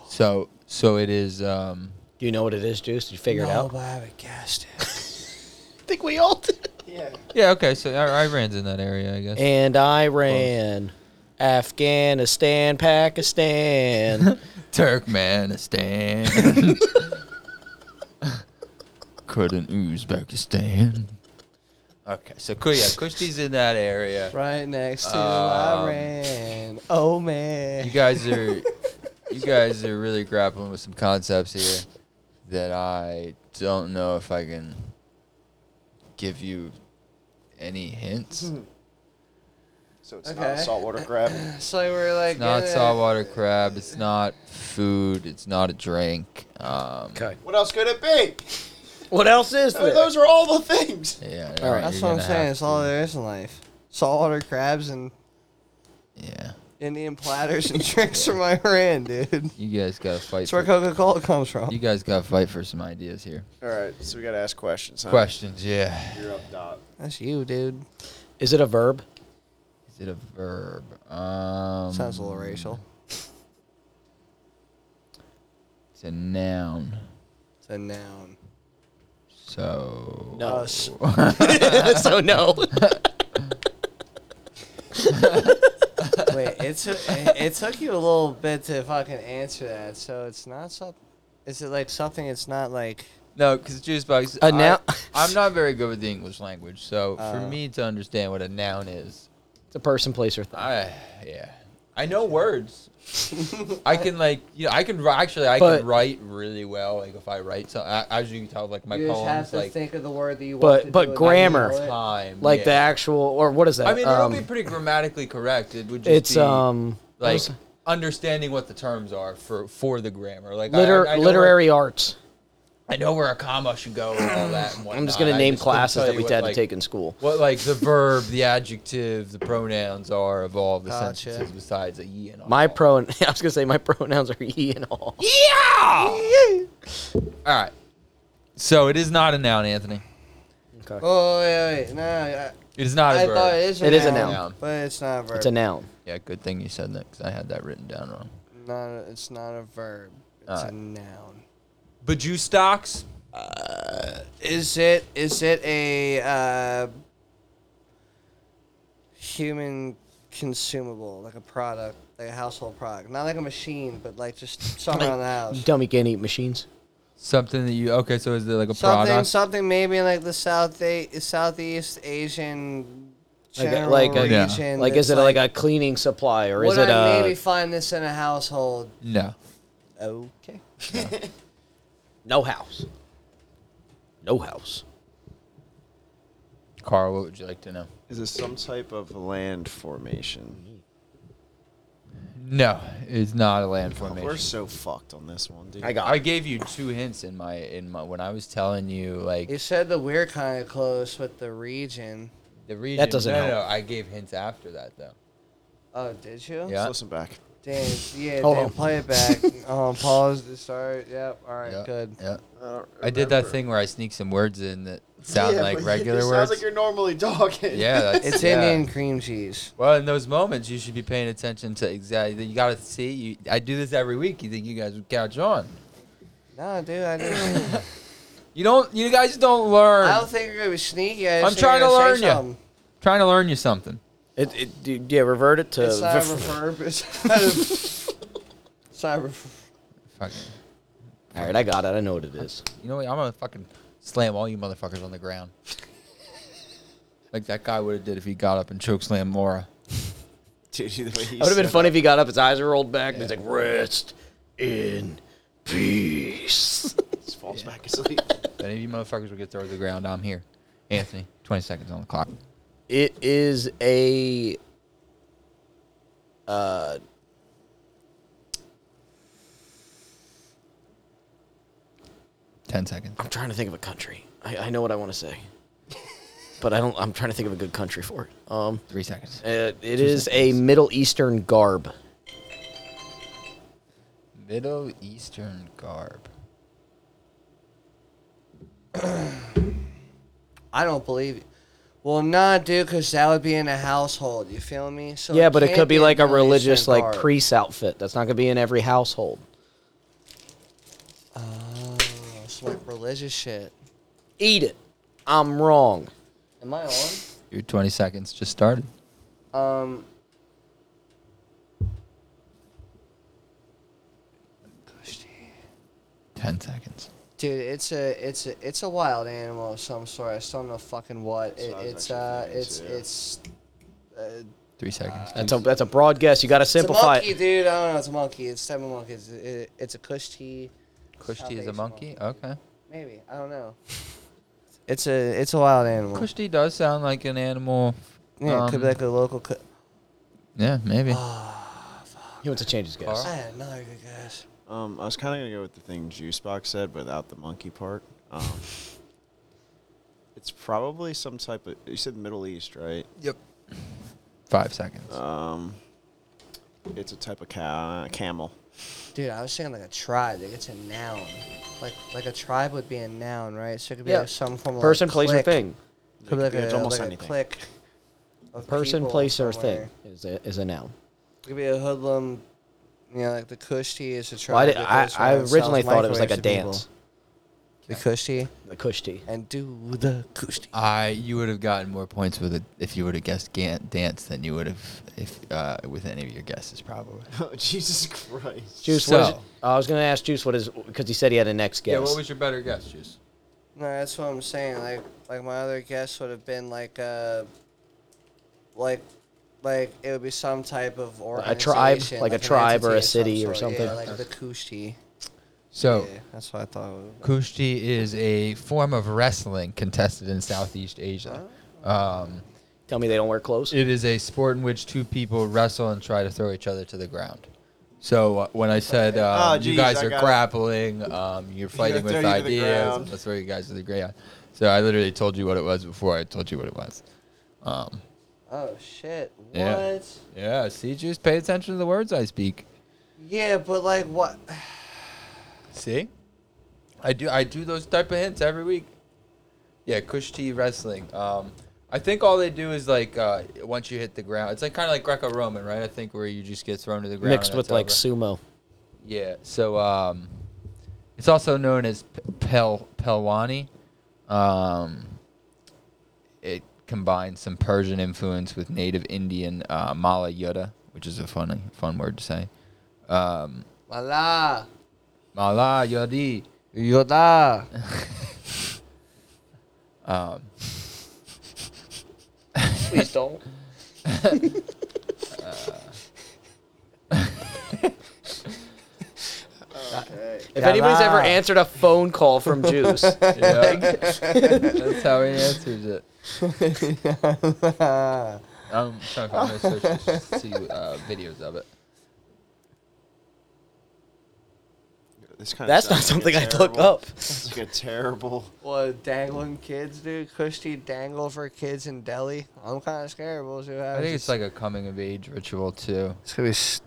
so so it is. Um, Do you know what it is, Juice? Did you figure it no, out? but I haven't guessed it. I think we all did. Yeah. yeah, okay. So I- Iran's in that area, I guess. And Iran, Afghanistan, Pakistan. Turkmenistan. Couldn't Uzbekistan. Okay, so Ku- yeah, Kushti's in that area. [LAUGHS] right next to Um, Iran. Oh You man. guys are, you guys are really grappling with some concepts here that I don't know if I can give you any hints. Hmm. So it's not a Okay. saltwater crab. [LAUGHS] So like, we're like It's not getting- saltwater crab. It's not food. It's not a drink. Um, okay. [LAUGHS] What else could it be? What else is Th- there? Those are all the things. Yeah. All right. That's you're what I'm gonna saying. have It's all to- there is in life. Saltwater crabs and Yeah. Indian platters and [LAUGHS] drinks from Iran, dude. You guys gotta fight. That's where for- Coca Cola comes from. You guys gotta fight for some ideas here. All right, so we got to ask questions. Uh, Huh? Questions, yeah. You're up, Doc. That's you, dude. Is it a verb? [LAUGHS] Is it a verb? Um, Sounds a little racial. It's a noun. It's a noun. So. No. Us. so no. Wait, it took it took you a little bit to fucking answer that. So it's not something. Is it like something? It's not like [LAUGHS] No, because juice box. A noun- I, am not very good with the English language, so for Oh. me to understand what a noun is, It's a person, place, or thing. I yeah, I [LAUGHS] know words. I can like you know I can ri- actually I But- can write really well. Like if I write something, as you can tell, like my you just have poems, to like think of the word that you But- want. to but do and grammar. then know it. time, Like the yeah. actual, or what is that? I mean, it'll be Um, pretty grammatically correct. It would just it's be, um like those- understanding what the terms are for for the grammar. Like I- liter- I, I know literary arts. Where, I know where a comma should go and all that. And [CLEARS THROAT] I'm whatnot. just gonna I name couldn't classes tell that you we what, had like, to take in school. What like the verb, the adjective, the pronouns are of all the Gotcha. sentences besides a ye and all. My pronoun. [LAUGHS] I was gonna say my pronouns are he and all. All right. So it is not a noun, Anthony. Okay. Oh wait, wait, no. I, It is not a I verb. thought it is. A It noun, is a noun. but it's not a verb. It's a noun. Yeah, good thing you said that because I had that written down wrong. Not. a- It's not a verb. It's a Alright. noun. But you stocks. Is it? Is it a uh, human consumable, like a product, like a household product, not like a machine, but like just something around the house. Dummy can't eat machines. Something that you okay? So is it like a Something, product? something maybe like the South a- Southeast Asian general like a- Yeah. region Like, is it that's like, a cleaning supply or Would is it I a maybe find this in a household? No. [LAUGHS] Okay. no house? No house. Carl, what would you like to know? Is this some type of land formation? No, it's not a land formation. We're so fucked on this one, dude. I got. I gave you two hints in my in my when I was telling you like You said that we're kind of close with the region. the region. doesn't no, no, help. No, I gave hints after that though. Oh, did you? Let's Yeah. listen back. Damn. Yeah. Hold damn, on. Play it back. um, pause to start. Yep. All right. yeah, Good. Yeah. I, I did that thing where I sneak some words [LAUGHS] in that sound like regular Sounds words. like you're normally dogging. [LAUGHS] yeah, that's, It's yeah. Indian cream cheese. Well, in those moments, you should be paying attention to exactly. You gotta see. You, I do this every week. You think you guys would catch on? No, dude. I, [CLEARS THROAT] didn't, You don't. You guys don't learn. I don't think you're gonna be sneaky. I I'm just think you're trying to gonna say learn ya. something. trying to learn you something. It, it, dude, yeah, revert it to. It's not a [LAUGHS] reverb. It's not a- [LAUGHS] it's not a reverb. Fucking. All right, I got it. I know what it is. You know what? I'm gonna fucking slam all you motherfuckers on the ground. like that guy would have did if he got up and choke slam Laura. Dude, the way he It would have been said funny if he got up, his eyes were rolled back, and he's like, "Rest in peace." that, just falls back [LAUGHS] asleep. If any of you motherfuckers would get thrown to the ground, I'm here. Anthony, 20 seconds on the clock. It is a. Uh, Ten seconds. I'm trying to think of a country. I, I know what I want to say, but I don't. I'm trying to think of a good country for it. Um, Three seconds. it, it is a Middle Eastern garb. Middle Eastern garb. I don't believe you. Well, nah, dude, because that would be in a household. You feel me? So yeah, but it can't could be like a Middle Eastern religious, like garb. priest outfit. That's not gonna be in every household. Oh, it's like religious shit. Eat it. I'm wrong. Am I on? Your 20 seconds just started. Um, Ten seconds. dude, it's a it's a it's a wild animal of some sort. I still don't know fucking what. It, Sounds it's actually uh, familiar, it's too. it's. Uh, Three seconds. That's a that's a broad guess. You got to it's a simplify monkey, it. dude. I don't know. It's a monkey. It's a type of monkey. It's, it, it's a kushti. Kushti is a Salvation monkey? Oh. Okay. Maybe I don't know. It's a it's a wild animal. Kushti does sound like an animal. yeah, it could be um, like a local. Cu- Yeah, maybe. Ah. He wants to change his guess. I had another good guess. Um, I was kind of gonna go with the thing Juicebox said without the monkey part. Um, [LAUGHS] it's probably some type of. You said Middle East, right? Five seconds. Um, it's a type of ca- camel. Dude, I was thinking like a tribe. Like it's a noun. Like like a tribe would be a noun, right? So it could be Yeah. like some form of Person, like, place, or clique. thing. Could be like It's a, almost like anything. A clique of Person, people place, or somewhere. thing is a, is a noun. It could be a hoodlum. You know, like the Kushti is a tribe. Well, I, did- that I, goes I around and sells originally thought it was like a microwaves to people. dance. The Kushti The Kushti. and do the Kushti. I you would have gotten more points with it if you would have guessed gan- dance than you would have if uh, with any of your guesses probably. [LAUGHS] Oh, Jesus Christ! Juice. what is So- it- Uh, I was gonna ask Juice what is because he said he had a next guess. your better guess, Juice? No, that's what I'm saying. Like, like my other guess would have been like, uh, like, like it would be some type of A tribe, organization, like a an tribe or entity a of some sort. city or Yeah, something. like the Kushti. So Yeah, that's what I thought. It would Kushti is a form of wrestling contested in Southeast Asia. Oh. Um, Tell me they don't wear clothes. it is a sport in which two people wrestle and try to throw each other to the ground. So uh, when I said um, Oh, you geez, guys I are got it. grappling, um, you're fighting throw with you to the ideas. ground. and Let's throw you guys to the ground. So I literally told you what it was before I told you what it was. Um, Oh shit! What? Yeah. Yeah. yeah, see, Juice, pay attention to the words I speak. but like what? See, I do I do those type of hints every week. Yeah, Kushti wrestling. Um, I think all they do is like uh, once you hit the ground, it's like kind of like Greco-Roman, right? I think where you just get thrown to the ground. Mixed and with it's like over. sumo. yeah. So um, it's also known as P- Pel Pelwani. Um, it combines some Persian influence with native Indian uh, Mala Yoda, which is a funny fun word to say. Um, Voila! Mala [LAUGHS] Yodi. Yoda. Um, Please don't. If anybody's ever answered a phone call [LAUGHS] from Juice, Yeah. That's how he answers [LAUGHS] it. I'm trying to find my socials just to see uh, videos of it. This kind that's not something I look [LAUGHS] up. It's like a terrible. What dangling kids, dude? Christy dangle for kids in Delhi. I'm kind of scared. We'll see what I happens. think it's like a coming of age ritual too. it's gonna be s-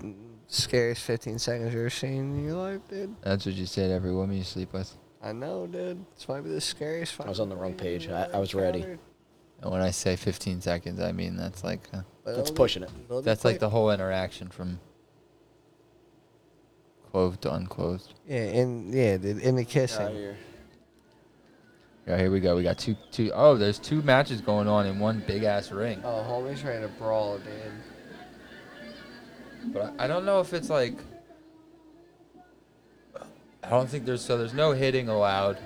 scariest 15 seconds you've ever seen in your life, dude. That's what you say to every woman you sleep with. I know, dude. This might be the scariest. was on the wrong page. I- I was ready. And when I say 15 seconds, I mean that's like uh, That's pushing it. that's like the whole interaction from clothed to unclothed. yeah, in yeah, dude, in the kissing. Yeah, here we go. We got two two oh, there's two matches going on in one big ass ring. Oh, homie's ready to brawl, dude. But I, I don't know if it's like. I don't think there's so there's no hitting allowed,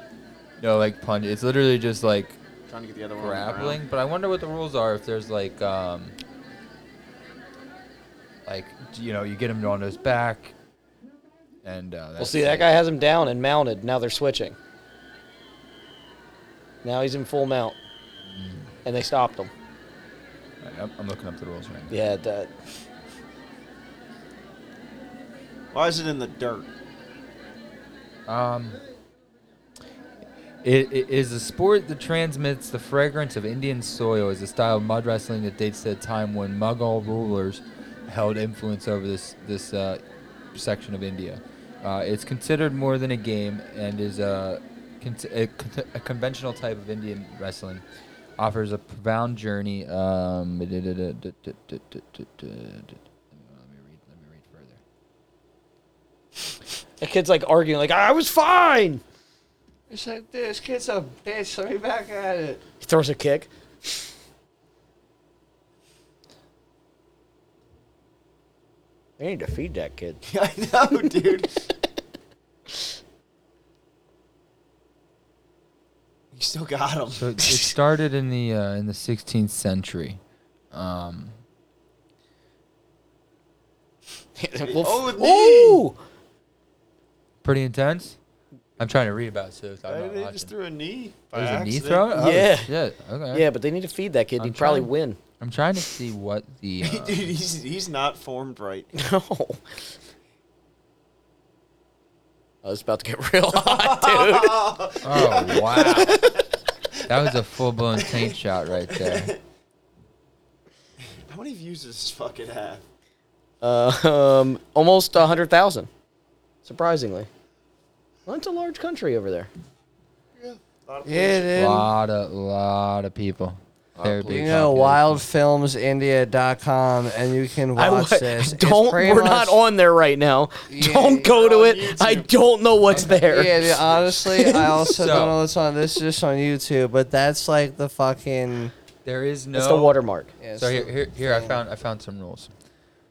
no like punch. It's literally just like Trying to get the other one. on the ground. grappling. But I wonder what the rules are if there's like um. Like you know, you get him on his back. And uh, Well, that's see, that it. guy has him down and mounted. Now they're switching. Now he's in full mount, and they stopped him. Alright, I'm, I'm looking up the rules right now. Yeah, that. Why is it in the dirt? [LAUGHS] Um, it, it is a sport that transmits the fragrance of Indian soil. Is a style of mud wrestling that dates to a time when Mughal rulers held influence over this this uh, section of India. Uh, it's considered more than a game and is a, con- a, con- a conventional type of Indian wrestling. Offers a profound journey. Um, let me read. Let me read further. The kid's like arguing, like I was fine. It's like, dude, this kid's a bitch. Let me back at it. He throws a kick. They need to feed that kid. I know, dude. you still got him. [LAUGHS] So it it started in the uh, in the 16th century. Um, Oh, with Ooh! pretty intense. I'm trying to read about it, so if I'm Why not did they watching. just threw a knee. by There's a knee accident? throw? Oh, Yeah. shit. Okay. Yeah, but they need to feed that kid. I'm He'd probably trying. win. I'm trying to see what [LAUGHS] the. Uh, Dude, he's, he's not formed right. [LAUGHS] No. Oh, it's about to get [LAUGHS] real hot, dude. oh wow, that was a full blown taint shot right [LAUGHS] there. How many views does this fucking have? Uh, um, almost a hundred thousand, surprisingly. Well, it's a large country over there. Yeah, dude. Lot of lot of people. Very You big know, population. wildfilmsindia.com, and you can I watch wa- [LAUGHS] this. It's don't. pretty We're not much- on there right now. Yeah, don't go to on it. I YouTube. don't know what's there. Yeah, dude, [LAUGHS] honestly, I So- also don't know what's on. This is just on YouTube, but that's like the fucking. There is no. It's the watermark. Yeah, so it's here, the here, here I thing. found I found some rules.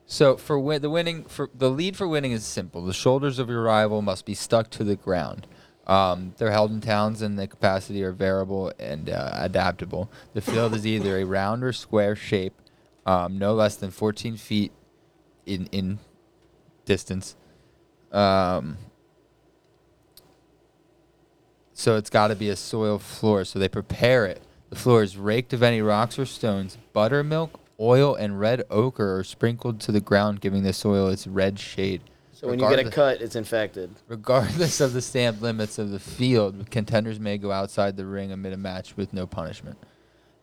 So for win- the winning, for the lead for winning is simple. The shoulders of your rival must be stuck to the ground. Um, they're held in towns, and the capacity are variable and uh, adaptable. The field is either a round or square shape, um, no less than 14 feet in in distance. Um, so it's got to be a soil floor. So they prepare it. The floor is raked of any rocks or stones. Buttermilk, oil, and red ochre are sprinkled to the ground, giving the soil its red shade. So when you get a Regardless- cut, it's infected. regardless of the stand limits of the field, contenders may go outside the ring amid a match with no punishment.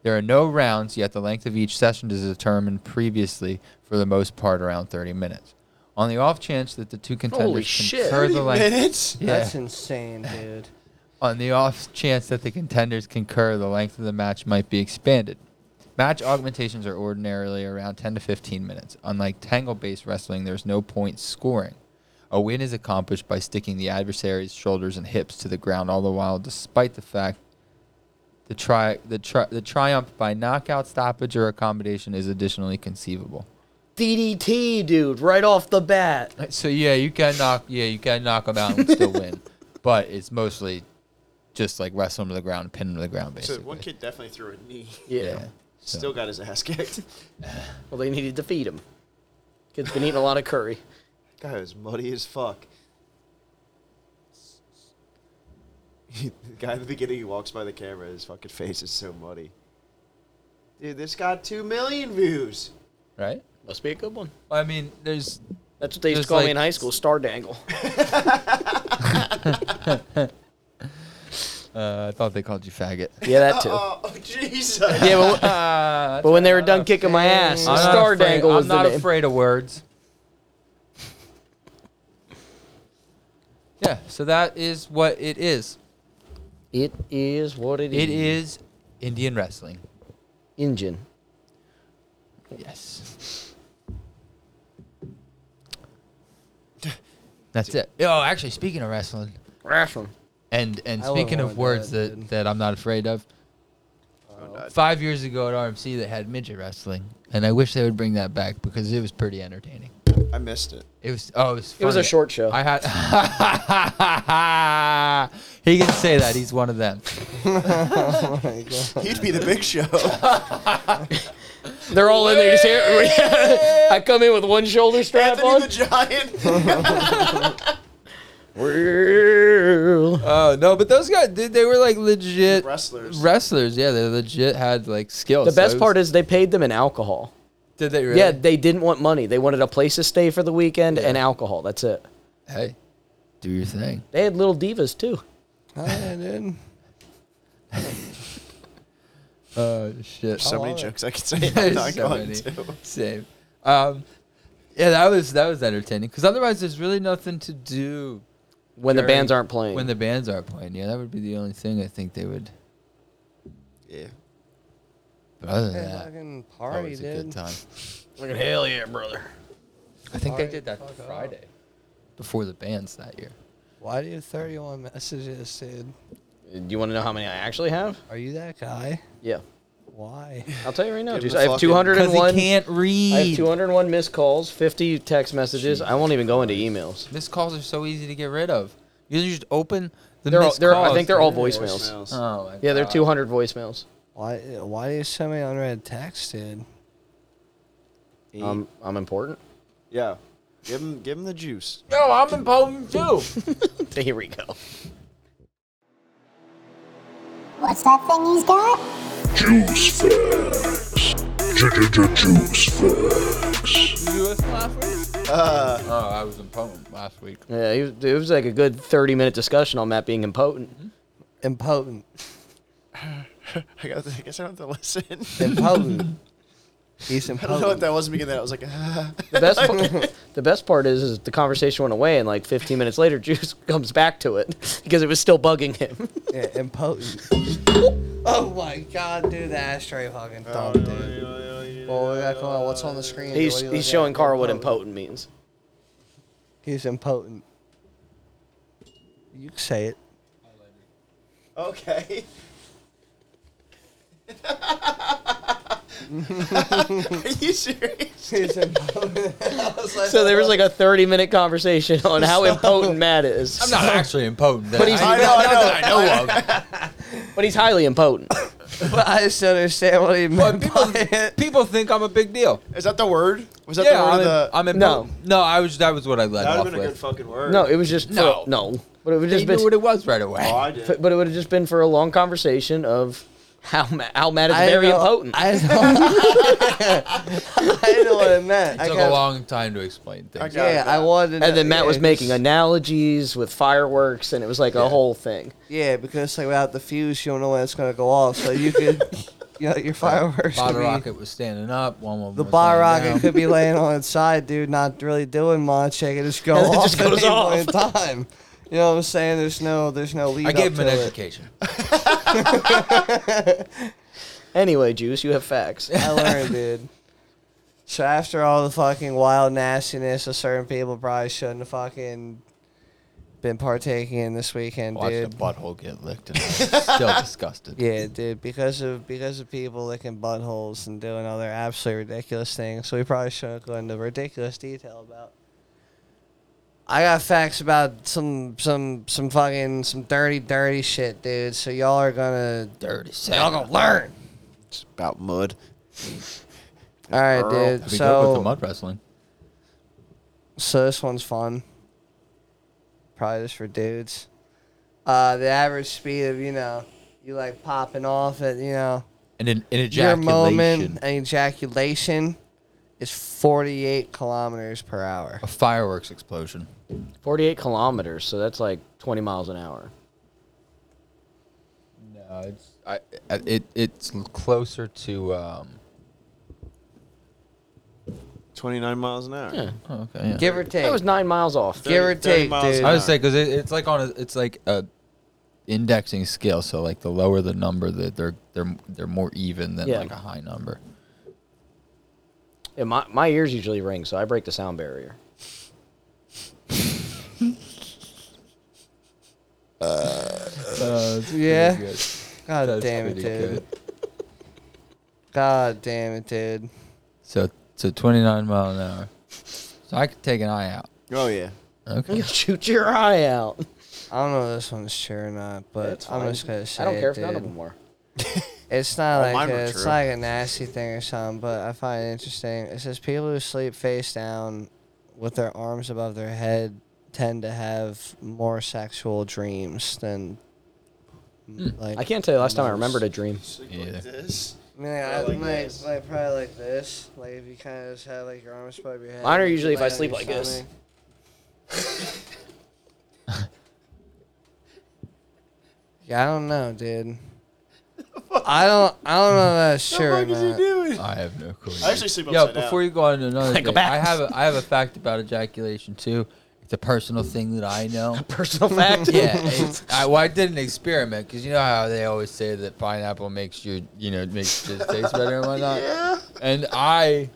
There are no rounds, yet the length of each session is determined previously, for the most part, around 30 minutes. On the off chance that the two contenders shit. concur the length, [LAUGHS] Minutes? Yeah. That's insane, dude. on the off chance that the contenders concur, the length of the match might be expanded. Match augmentations are ordinarily around 10 to 15 minutes. Unlike tangle based wrestling, there's no point scoring. A win is accomplished by sticking the adversary's shoulders and hips to the ground, all the while, despite the fact the, tri- the, tri- the triumph by knockout, stoppage, or accommodation is additionally conceivable. DDT, dude, right off the bat. So yeah, you can knock yeah you can knock them out and [LAUGHS] still win, but it's mostly just like wrestle them to the ground, pin them to the ground So basically. one kid definitely threw a knee. Yeah. Yeah. Still got his ass kicked. Well, they needed to feed him. Kid's been eating a lot of curry. Guy was muddy as fuck. [LAUGHS] the guy at the beginning, he walks by the camera. His fucking face is so muddy. Dude, this got two million views. right? Must be a good one. Well, I mean, there's That's what they used Just to call like- me in high school, Star Dangle. uh, I thought they called you faggot. [LAUGHS] Yeah, that too. Oh, [LAUGHS] Jesus. yeah, but, [LAUGHS] Ah, but when they were done kicking my [LAUGHS] ass, I'm not Star afraid- Dangle was I'm the not name. afraid of words. Yeah, so that is what it is. It is what it is. It is Indian wrestling. Engine. Yes. That's it. Oh, actually, speaking of wrestling, Wrestling. and and I love speaking of Owen words Dad, that, dude. that I'm not afraid of, five years ago at RMC they had midget wrestling, and I wish they would bring that back because it was pretty entertaining. I missed it. It was oh, it was. It was a funny. short show. I had. [LAUGHS] he can say that he's one of them. He'd be the big show. [LAUGHS] They're all in there. Just here. [LAUGHS] I come in with one shoulder strap Anthony the on. Giant. Well, Oh no, but those guys, dude, they were like legit Wrestlers. Wrestlers, yeah, they legit had like skills. the best part is they paid them in alcohol. did they really? Yeah, they didn't want money. They wanted a place to stay for the weekend and alcohol. That's it. Hey, do your thing. They had little divas too. Oh, yeah, dude. [LAUGHS] Oh shit. so many jokes I could say. [LAUGHS] I'm There's not so going many. to. Same. Um, yeah, that was that was entertaining because otherwise there's really nothing to do When the during- bands aren't playing. When the bands aren't playing, yeah, that would be the only thing I think they would. Yeah. But other than Yeah, that, fucking that party, was a good dude. [LAUGHS] time. Fucking hell yeah, brother. I think Party they did that the fuck Friday before the bands that year. Why do you have 31 messages, dude? Do you want to know how many I actually have? Are you that guy? Yeah. Why? I'll tell you right now, Give him dude. the I have fucking- Because 201. he can't read. I have 201 missed calls, 50 text messages. I won't even go into emails. Missed calls are so easy to get rid of. You just open the They're all, missed they're, I calls. think they're all voicemails. Oh my Yeah, they're God. 200 voicemails. Why? Why do you send me unread text, dude? Um, I'm important. Yeah. Give him, give him the juice. No, I'm impotent too. Here we go. What's that thing he's got? Juice facts. Check out the juice facts. Uh, oh, I was impotent last week. Yeah, he was, it was like a good 30 minute discussion on Matt being impotent. Impotent. I, got I guess I don't have to listen. [LAUGHS] Impotent. He's I don't know what impotent. that was in the beginning. I was like, [LAUGHS] ah. The best, part, [LAUGHS] the best part is, is the conversation went away, and like 15 minutes later, [LAUGHS] Juice comes back to it [LAUGHS] because it was still bugging him. Yeah, impotent. Oh my god, dude, the ashtray fucking thump, dude. Well, we gotta come on. What's on the screen? dude? [LAUGHS] He's, What are you he's looking showing at? Carl what impotent means. He's impotent. You can say it. [LAUGHS] Okay. Are you serious? He's impotent. So there was like a 30 minute conversation [LAUGHS] on how impotent Matt is. I'm not actually impotent. But he's- I, I know, I not know. that I know of. [LAUGHS] But he's highly impotent. [LAUGHS] but I just don't understand what he But meant by people, it. people think I'm a big deal. Is that the word? Was that the Yeah, word? I'm, of a, the, I'm No. impotent. No, I was. That was what I led that would off have been a good with. fucking word. No, it was just No. for, no. But it would They just knew been what it was right away. Oh, I did. [LAUGHS] but it would have just been for a long conversation of how Ma- how Matt is I very know- impotent. I know. [LAUGHS] I know what it meant. It I took got- a long time to explain things. got Yeah, it. I wanted. to and then know- Matt yeah, was making just- analogies with fireworks, and it was like a whole thing. Yeah, because like without the fuse, you don't know when it's gonna go off. So you [LAUGHS] could, you know, your fireworks. Bottle could be- rocket was standing up. One of them The was bar laying rocket down. could be laying on its side, dude, not really doing much. It could just go And [LAUGHS] it off just at goes any point in off. time. You know what I'm saying? There's no, there's no lead I gave him up an to it. education. Anyway, Juice, you have facts. I [LAUGHS] learned, dude. So after all the fucking wild nastiness of certain people, probably shouldn't have fucking been partaking in this weekend, Watched a dude. butthole get licked, [LAUGHS] and I was still disgusted. Yeah, dude, because of because of people licking buttholes and doing other absolutely ridiculous things, so we probably shouldn't go into ridiculous detail about. I got facts about some some some fucking some dirty dirty shit, dude. So y'all are gonna Dirty y'all sack. gonna learn. It's about mud. All right, dude. That'd be good with the So, mud wrestling. so this one's fun. Probably just for dudes. Uh, the average speed of you know, you like popping off at you know And an, an your ejaculation. moment and ejaculation is 48 kilometers per hour. A fireworks explosion. 48 kilometers, so that's like 20 miles an hour. No, it's I. Uh, It it's closer to um. 29 miles an hour. Yeah. Oh, okay. Yeah. Give or take. That was nine miles off. Give or 30 30 take, miles dude. an I would say because it, it's like on a, it's like a indexing scale. So like the lower the number, that they're they're they're more even than Yeah. like a high number. Yeah, my, my ears usually ring, so I break the sound barrier. Uh, [LAUGHS] Yeah. God damn it, dude. God damn it, dude. So so 29 mile an hour. So I could take an eye [LAUGHS] out. Oh, yeah. Okay. You'll shoot your eye out. I don't know if this one's true or not, but That's I'm fine. just gonna say I don't care if it, none of dude. them were. It's not Oh, like mine a, were it's true. like a nasty thing or something, but I find it interesting. It says people who sleep face down with their arms above their head tend to have more sexual dreams than like Hmm. I can't tell you the last time I remembered a dream. Yeah. this. I mean, I, like like, like, this. probably like this. Like if you kind of just had like your arms above your head. Mine are and you usually if lay I on sleep your like this. stomach. [LAUGHS] yeah, I don't know, [LAUGHS] dude. I don't. I don't know if that's sure. or not. I have no clue. I actually sleep Yeah, upside down. before you go on to another Like a thing, bat. I have a, I have a fact about ejaculation too. It's a personal thing that I know. Personal fact. yeah, it's, I, well, I did an experiment because you know how they always say that pineapple makes you, you know, makes it taste better and whatnot. Yeah. And I,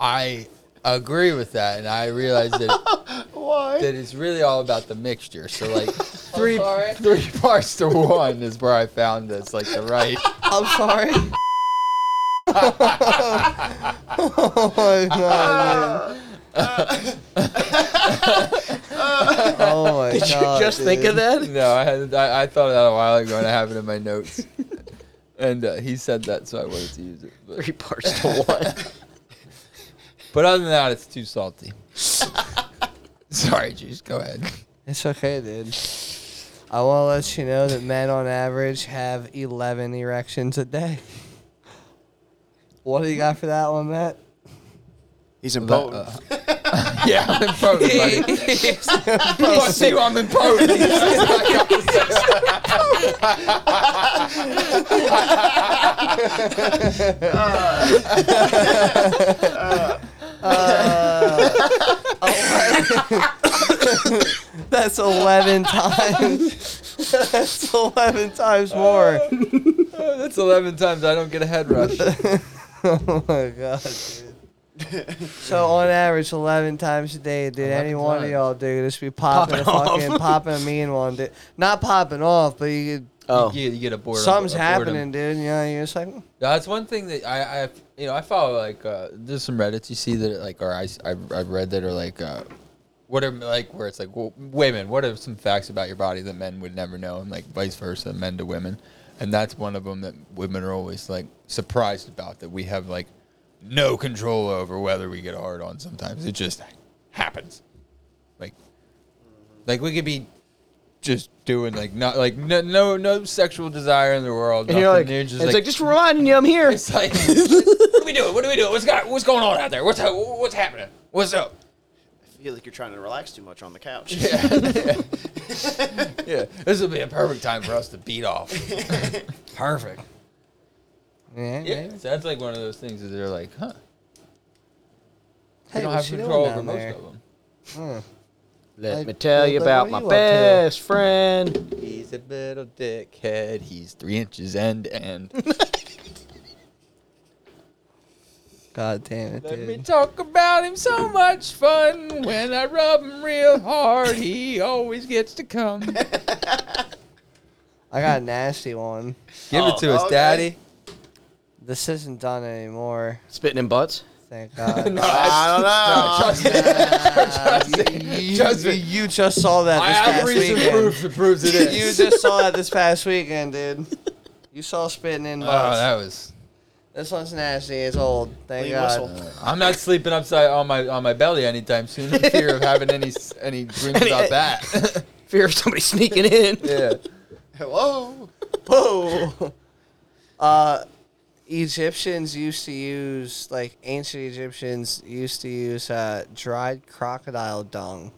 I agree with that, and I realized that Why? that it's really all about the mixture. So like three three parts to one is where I found this, like the right. I'm [LAUGHS] sorry. oh my god. dude. [LAUGHS] oh my Did you god. just think of that? [LAUGHS] No, I had I, I thought of that a while ago, and I have it in my notes. [LAUGHS] And uh, he said that, so I wanted to use it. But, Three parts to one. but other than that, it's too salty. [LAUGHS] Sorry, Juice. Go ahead. [LAUGHS] It's okay, dude. I want to let you know that men on average have 11 erections a day. What do you got for that one, Matt? He's impotent. Yeah, I'm impotent, [LAUGHS] [LAUGHS] buddy. Fuck you, I'm [LAUGHS] impotent. That's 11 times. [LAUGHS] That's 11 times more. That's 11 times I don't get a head rush. Oh my god, dude. so on average, eleven times a day, dude. Any 11 one of times. y'all, dude, just be popping, a fucking popping a mean one, dude. Not popping off, but you could, Oh. You, you get a boredom. something's a boredom. happening, dude. You know, you're just like, That's one thing that I, I you know, I follow like uh, there's some Reddits you see that like, or I, I, I've read that are like, uh, what are like where it's like, well, women, what are some facts about your body that men would never know, and like vice versa, men to women, and that's one of them that women are always like surprised about that we have like no control over whether we get hard on. Sometimes it just happens, like, like we could be. Just doing like not like no no no sexual desire in the world. And you're nothing. like, They're it's like, just reminding you I'm here. It's like, What are we doing? What are we doing? What's got? What's going on out there? What's what's happening? What's up? I feel like you're trying to relax too much on the [LAUGHS] couch. Yeah, this would be a perfect time for us to [LAUGHS] beat off. perfect. Yeah, Yeah, maybe. so that's like one of those things that they're like, huh? Hey, we don't what's have she doing control over down most there? of them. Let me Like, tell you like, about my what are you best friend. He's a little dickhead. He's three inches end to [LAUGHS] end. God damn it, Let me dude. talk about him. So much fun when I rub him real hard. He always gets to come. Give I got a nasty one. Oh, it to us, okay. Daddy. This isn't done anymore. Spitting in butts. Thank [LAUGHS] God. [LAUGHS] I don't know. you, Trust me. you just saw that I this have past recent weekend. proof that [LAUGHS] proves it is. You just saw that this past weekend, dude. You saw spitting in oh, butts. that was This one's nasty. It's old. Thank Lee God. Whistle. I'm not sleeping upside on my on my belly anytime soon in fear of having any [LAUGHS] s- any dreams about that. [LAUGHS] Fear of somebody [LAUGHS] sneaking in. yeah. Hello. Whoa. [LAUGHS] Uh, Egyptians used to use like ancient Egyptians used to use uh, dried crocodile dung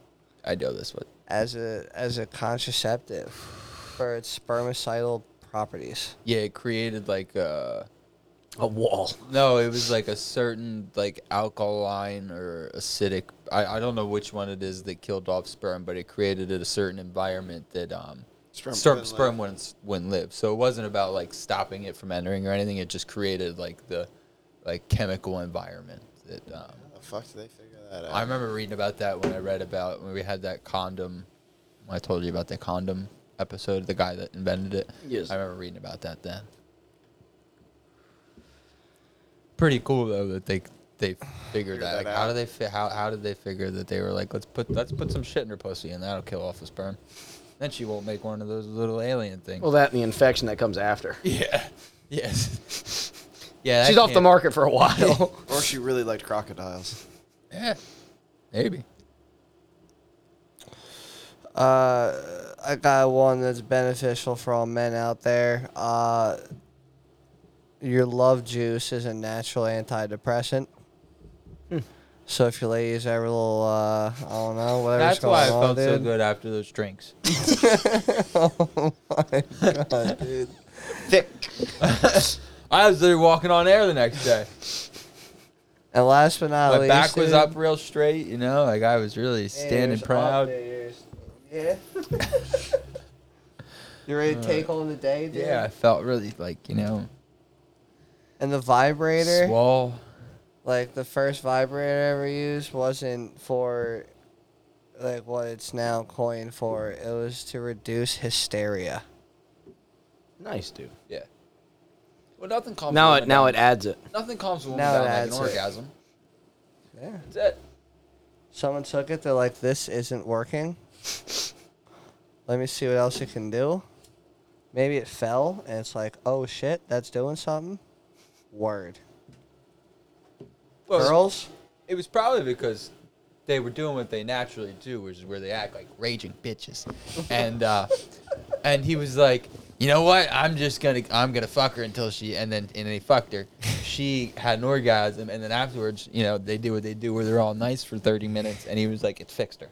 I know this one. as a as a contraceptive for its spermicidal properties. Yeah, it created like uh A wall. no, it was like a certain like alkaline or acidic I, I don't know which one it is that killed off sperm, but it created it a certain environment that um Sperm sperm, wouldn't sperm wouldn't, wouldn't live. So it wasn't about like stopping it from entering or anything. It just created like the like chemical environment that um How the fuck did they figure that out? I remember reading about that when I read about when we had that condom. When I told you about the condom episode, the guy that invented it. Yes. I remember reading about that then. Pretty cool though that they they figured that. that Like, how out. do they fi- how how did they figure that they were like let's put let's put some shit in her pussy and that'll kill off the sperm. Then she won't make one of those little alien things. Well, that and the infection that comes after. yeah. [LAUGHS] Yes. [LAUGHS] yeah. that She's off the can't- market for a while. [LAUGHS] Or she really liked crocodiles. Yeah. Maybe. Uh, I got one that's beneficial for all men out there. Uh, your love juice is a natural antidepressant. Hmm. So if your lady's ever a little, uh, I don't know, whatever's That's going why I on, felt so dude. good after those [LAUGHS] drinks. Oh God, dude. [LAUGHS] I was literally walking on air the next day. And last but not My least, back was dude- up real straight, you know. Like I was really standing Ears up, proud. ears- Yeah. you ready to take on the day, dude? Yeah, I felt really like you know, And the vibrator. swole. like the first vibrator I ever used wasn't for like what it's now coined for. It was to reduce hysteria. nice, dude. Yeah. Well, nothing calms. Now it now it adds it. nothing calms a woman Now down it like an adds it. orgasm. Yeah. That's it. Someone took it, they're like, This isn't working. [LAUGHS] Let me see what else it can do. Maybe it fell and it's like, oh shit, that's doing something. Word. Well, Girls? it was probably because they were doing what they naturally do, which is where they act like raging bitches. And uh, [LAUGHS] and he was like, you know what? I'm just gonna I'm gonna fuck her until she and then and then he fucked her. She had an orgasm, and then afterwards, you know, they do what they do where they're all nice for 30 minutes. And he was like, it fixed her.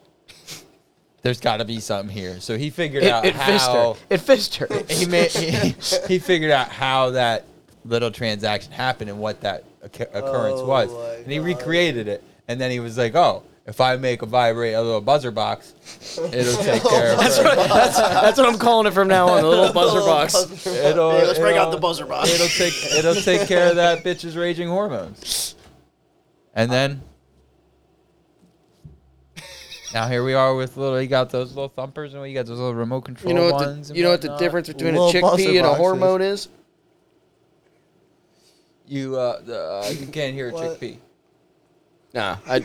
There's got to be something here. So he figured It, out it fished her. how It fished her. he, made, he he figured out how that little transaction happened and what that occur- occurrence Oh was, my and he God. recreated it. And then he was like, "Oh, if I make a vibrate a little buzzer box, it'll [LAUGHS] take Oh care of That's her. what, that's, that's what [LAUGHS] I'm calling it from now on. The little buzzer box. It'll, Hey, let's bring out the it'll- buzzer box. It'll take it'll take care of that bitch's raging hormones." And then. Now here we are with little. You got those little thumpers, and we got those little remote control You know what? ones. The, and you know what the whatnot. difference between a Little buzzer chickpea and a boxes. hormone is? You uh, the, uh you can't hear a What? chickpea. Nah, I.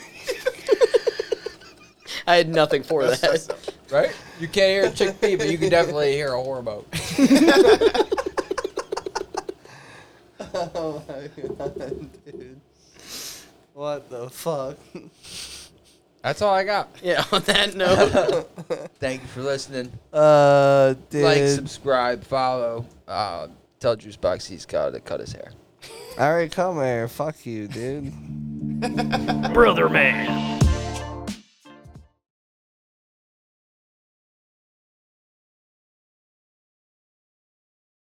I had nothing [LAUGHS] for that. Right? You can't hear a chickpea, but you can definitely hear a hormone. Oh my god, dude. What the fuck? That's all I got. Yeah. On that [LAUGHS] note, Thank you for listening. [LAUGHS] Uh, dude. Like, subscribe, follow. Uh, tell Juicebox he's got to cut his hair. All right, come here. Fuck you, dude. Brother man.